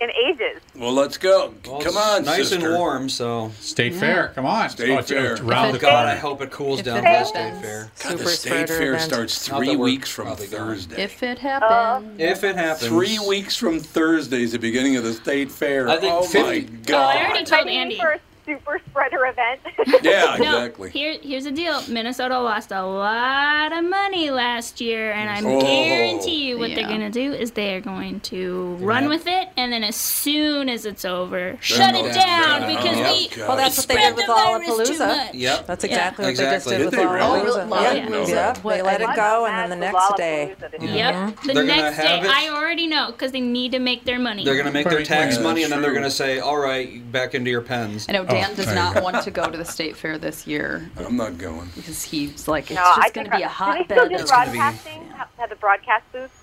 Speaker 7: in ages.
Speaker 1: Well, let's go. Come on,
Speaker 5: nice and
Speaker 1: warm,
Speaker 5: so
Speaker 2: State Fair, come on.
Speaker 1: State
Speaker 2: Oh, it's-
Speaker 1: Fair.
Speaker 2: it's round the
Speaker 5: God, I
Speaker 2: corner.
Speaker 5: hope it cools
Speaker 3: If
Speaker 5: down
Speaker 3: it
Speaker 5: by the state
Speaker 3: happens.
Speaker 5: fair.
Speaker 1: God, the state fair starts
Speaker 5: Not
Speaker 1: three
Speaker 5: that we're
Speaker 1: weeks from Thursday.
Speaker 3: If it
Speaker 7: Uh,
Speaker 3: happens.
Speaker 5: If it happens.
Speaker 1: Three weeks from Thursday is the beginning of the state fair.
Speaker 5: I think
Speaker 1: oh
Speaker 5: 50
Speaker 10: Oh,
Speaker 1: my
Speaker 10: I
Speaker 1: God.
Speaker 10: already told
Speaker 7: Maybe
Speaker 10: Andy.
Speaker 7: for a super spreader event.
Speaker 1: yeah,
Speaker 10: No,
Speaker 1: exactly.
Speaker 10: here, here's the deal. Minnesota lost a lot of money last year, and I
Speaker 1: Oh.
Speaker 10: guarantee you what
Speaker 1: Yeah.
Speaker 10: they're going to do is they are going to run with it, and then as soon as it's over, shut
Speaker 1: not-
Speaker 10: it down
Speaker 1: they're not-
Speaker 10: because
Speaker 1: Yep.
Speaker 10: we.
Speaker 1: God.
Speaker 4: Well, that's what they
Speaker 10: Spread
Speaker 4: did with
Speaker 10: the virus too
Speaker 4: Lollapalooza.
Speaker 10: much. Yep.
Speaker 4: That's
Speaker 10: Yeah.
Speaker 4: exactly what they
Speaker 5: Exactly. Did
Speaker 4: just did,
Speaker 5: they
Speaker 4: with
Speaker 5: really?
Speaker 4: Lollapalooza. Yeah.
Speaker 5: Oh, really? I didn't know
Speaker 4: Yeah.
Speaker 5: that.
Speaker 4: They let it go, and then the next day. Mm-hmm.
Speaker 10: Yep. The
Speaker 5: They're gonna
Speaker 10: next day,
Speaker 5: have it-
Speaker 10: I already know because they need to make their money.
Speaker 5: They're going to make their
Speaker 2: Pretty
Speaker 5: tax
Speaker 2: much.
Speaker 5: money, and then they're
Speaker 2: True.
Speaker 5: going to say, "All right, back into your pens."
Speaker 3: I know
Speaker 2: Oh,
Speaker 3: Dan does
Speaker 5: sorry.
Speaker 3: not want to go to the state fair this year
Speaker 1: I'm not going.
Speaker 3: because he's like, it's
Speaker 7: No, I
Speaker 3: just going
Speaker 7: think
Speaker 3: to be a
Speaker 7: Do they still
Speaker 3: hotbed
Speaker 7: do
Speaker 3: of
Speaker 7: broadcasting? Ha- Have the broadcast booth?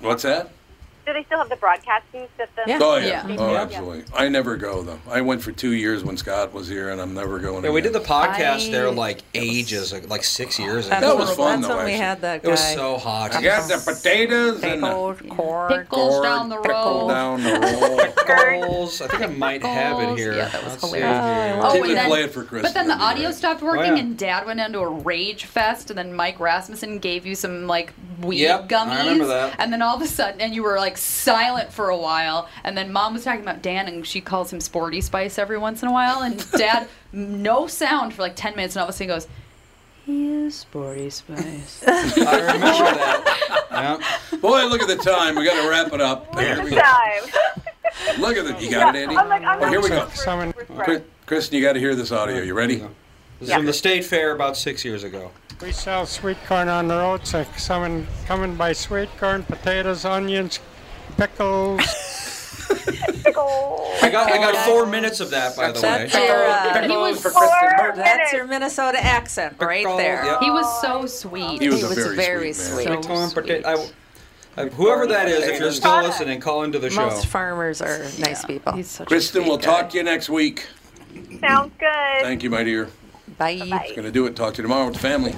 Speaker 1: What's that?
Speaker 7: Do they still have the broadcast booth at the?
Speaker 1: Oh, yeah.
Speaker 7: They
Speaker 1: Oh,
Speaker 7: do?
Speaker 1: absolutely. I never go, though. I went for two years when Scott was here, and I'm never going
Speaker 5: Yeah, we did the podcast
Speaker 1: I-
Speaker 5: there like ages, like- like six years ago.
Speaker 1: That's That was when- fun, that's though, when we actually.
Speaker 4: had that
Speaker 5: It was
Speaker 4: guy.
Speaker 5: so hot.
Speaker 1: I got the potatoes and the
Speaker 4: corn.
Speaker 3: Pickles down the
Speaker 1: pickle
Speaker 3: road.
Speaker 1: down the road.
Speaker 5: Pickles. I think I might have it here.
Speaker 3: Yeah, that was
Speaker 5: Let's see
Speaker 3: hilarious.
Speaker 5: here.
Speaker 3: Oh, and then-
Speaker 1: play it for Christmas.
Speaker 3: But then the audio stopped working,
Speaker 5: Oh, yeah.
Speaker 3: and Dad went into a rage fest, and then Mike Rasmussen gave you some like weed
Speaker 5: Yep,
Speaker 3: gummies,
Speaker 5: I remember that.
Speaker 3: and then all of a sudden, and you were like silent for a while, and then Mom was talking about Dan, and she calls him Sporty Spice every once in a while, and Dad, no sound for like ten minutes, and all of a sudden goes, "He is Sporty Spice."
Speaker 1: Boy, look at the time. We got to wrap it up. Here we go. Look at the. You got it, Andy?
Speaker 7: I'm like, I'm
Speaker 1: oh,
Speaker 7: not
Speaker 1: here we go.
Speaker 7: super- super spreader.
Speaker 1: Chris- Kristen, you got to hear this audio. You ready?
Speaker 5: This is from the state fair about six years ago.
Speaker 11: We sell sweet corn on the road, so someone coming by sweet corn, potatoes, onions, pickles.
Speaker 5: I got I got four minutes of that, by the way.
Speaker 4: That's your, uh,
Speaker 3: He was
Speaker 1: for
Speaker 4: Kristen. That's your Minnesota accent right there.
Speaker 5: yep.
Speaker 3: he was so sweet.
Speaker 5: He was a very
Speaker 4: sweet.
Speaker 5: Sweet corn, pota- I- I- whoever that is, if you're still listening, call into the show.
Speaker 4: Most farmers are nice people.
Speaker 1: Kristen, we'll talk to you next week.
Speaker 7: Sounds good.
Speaker 1: Thank you, my dear.
Speaker 4: Bye.
Speaker 1: It's going to do it. Talk to you tomorrow with the family.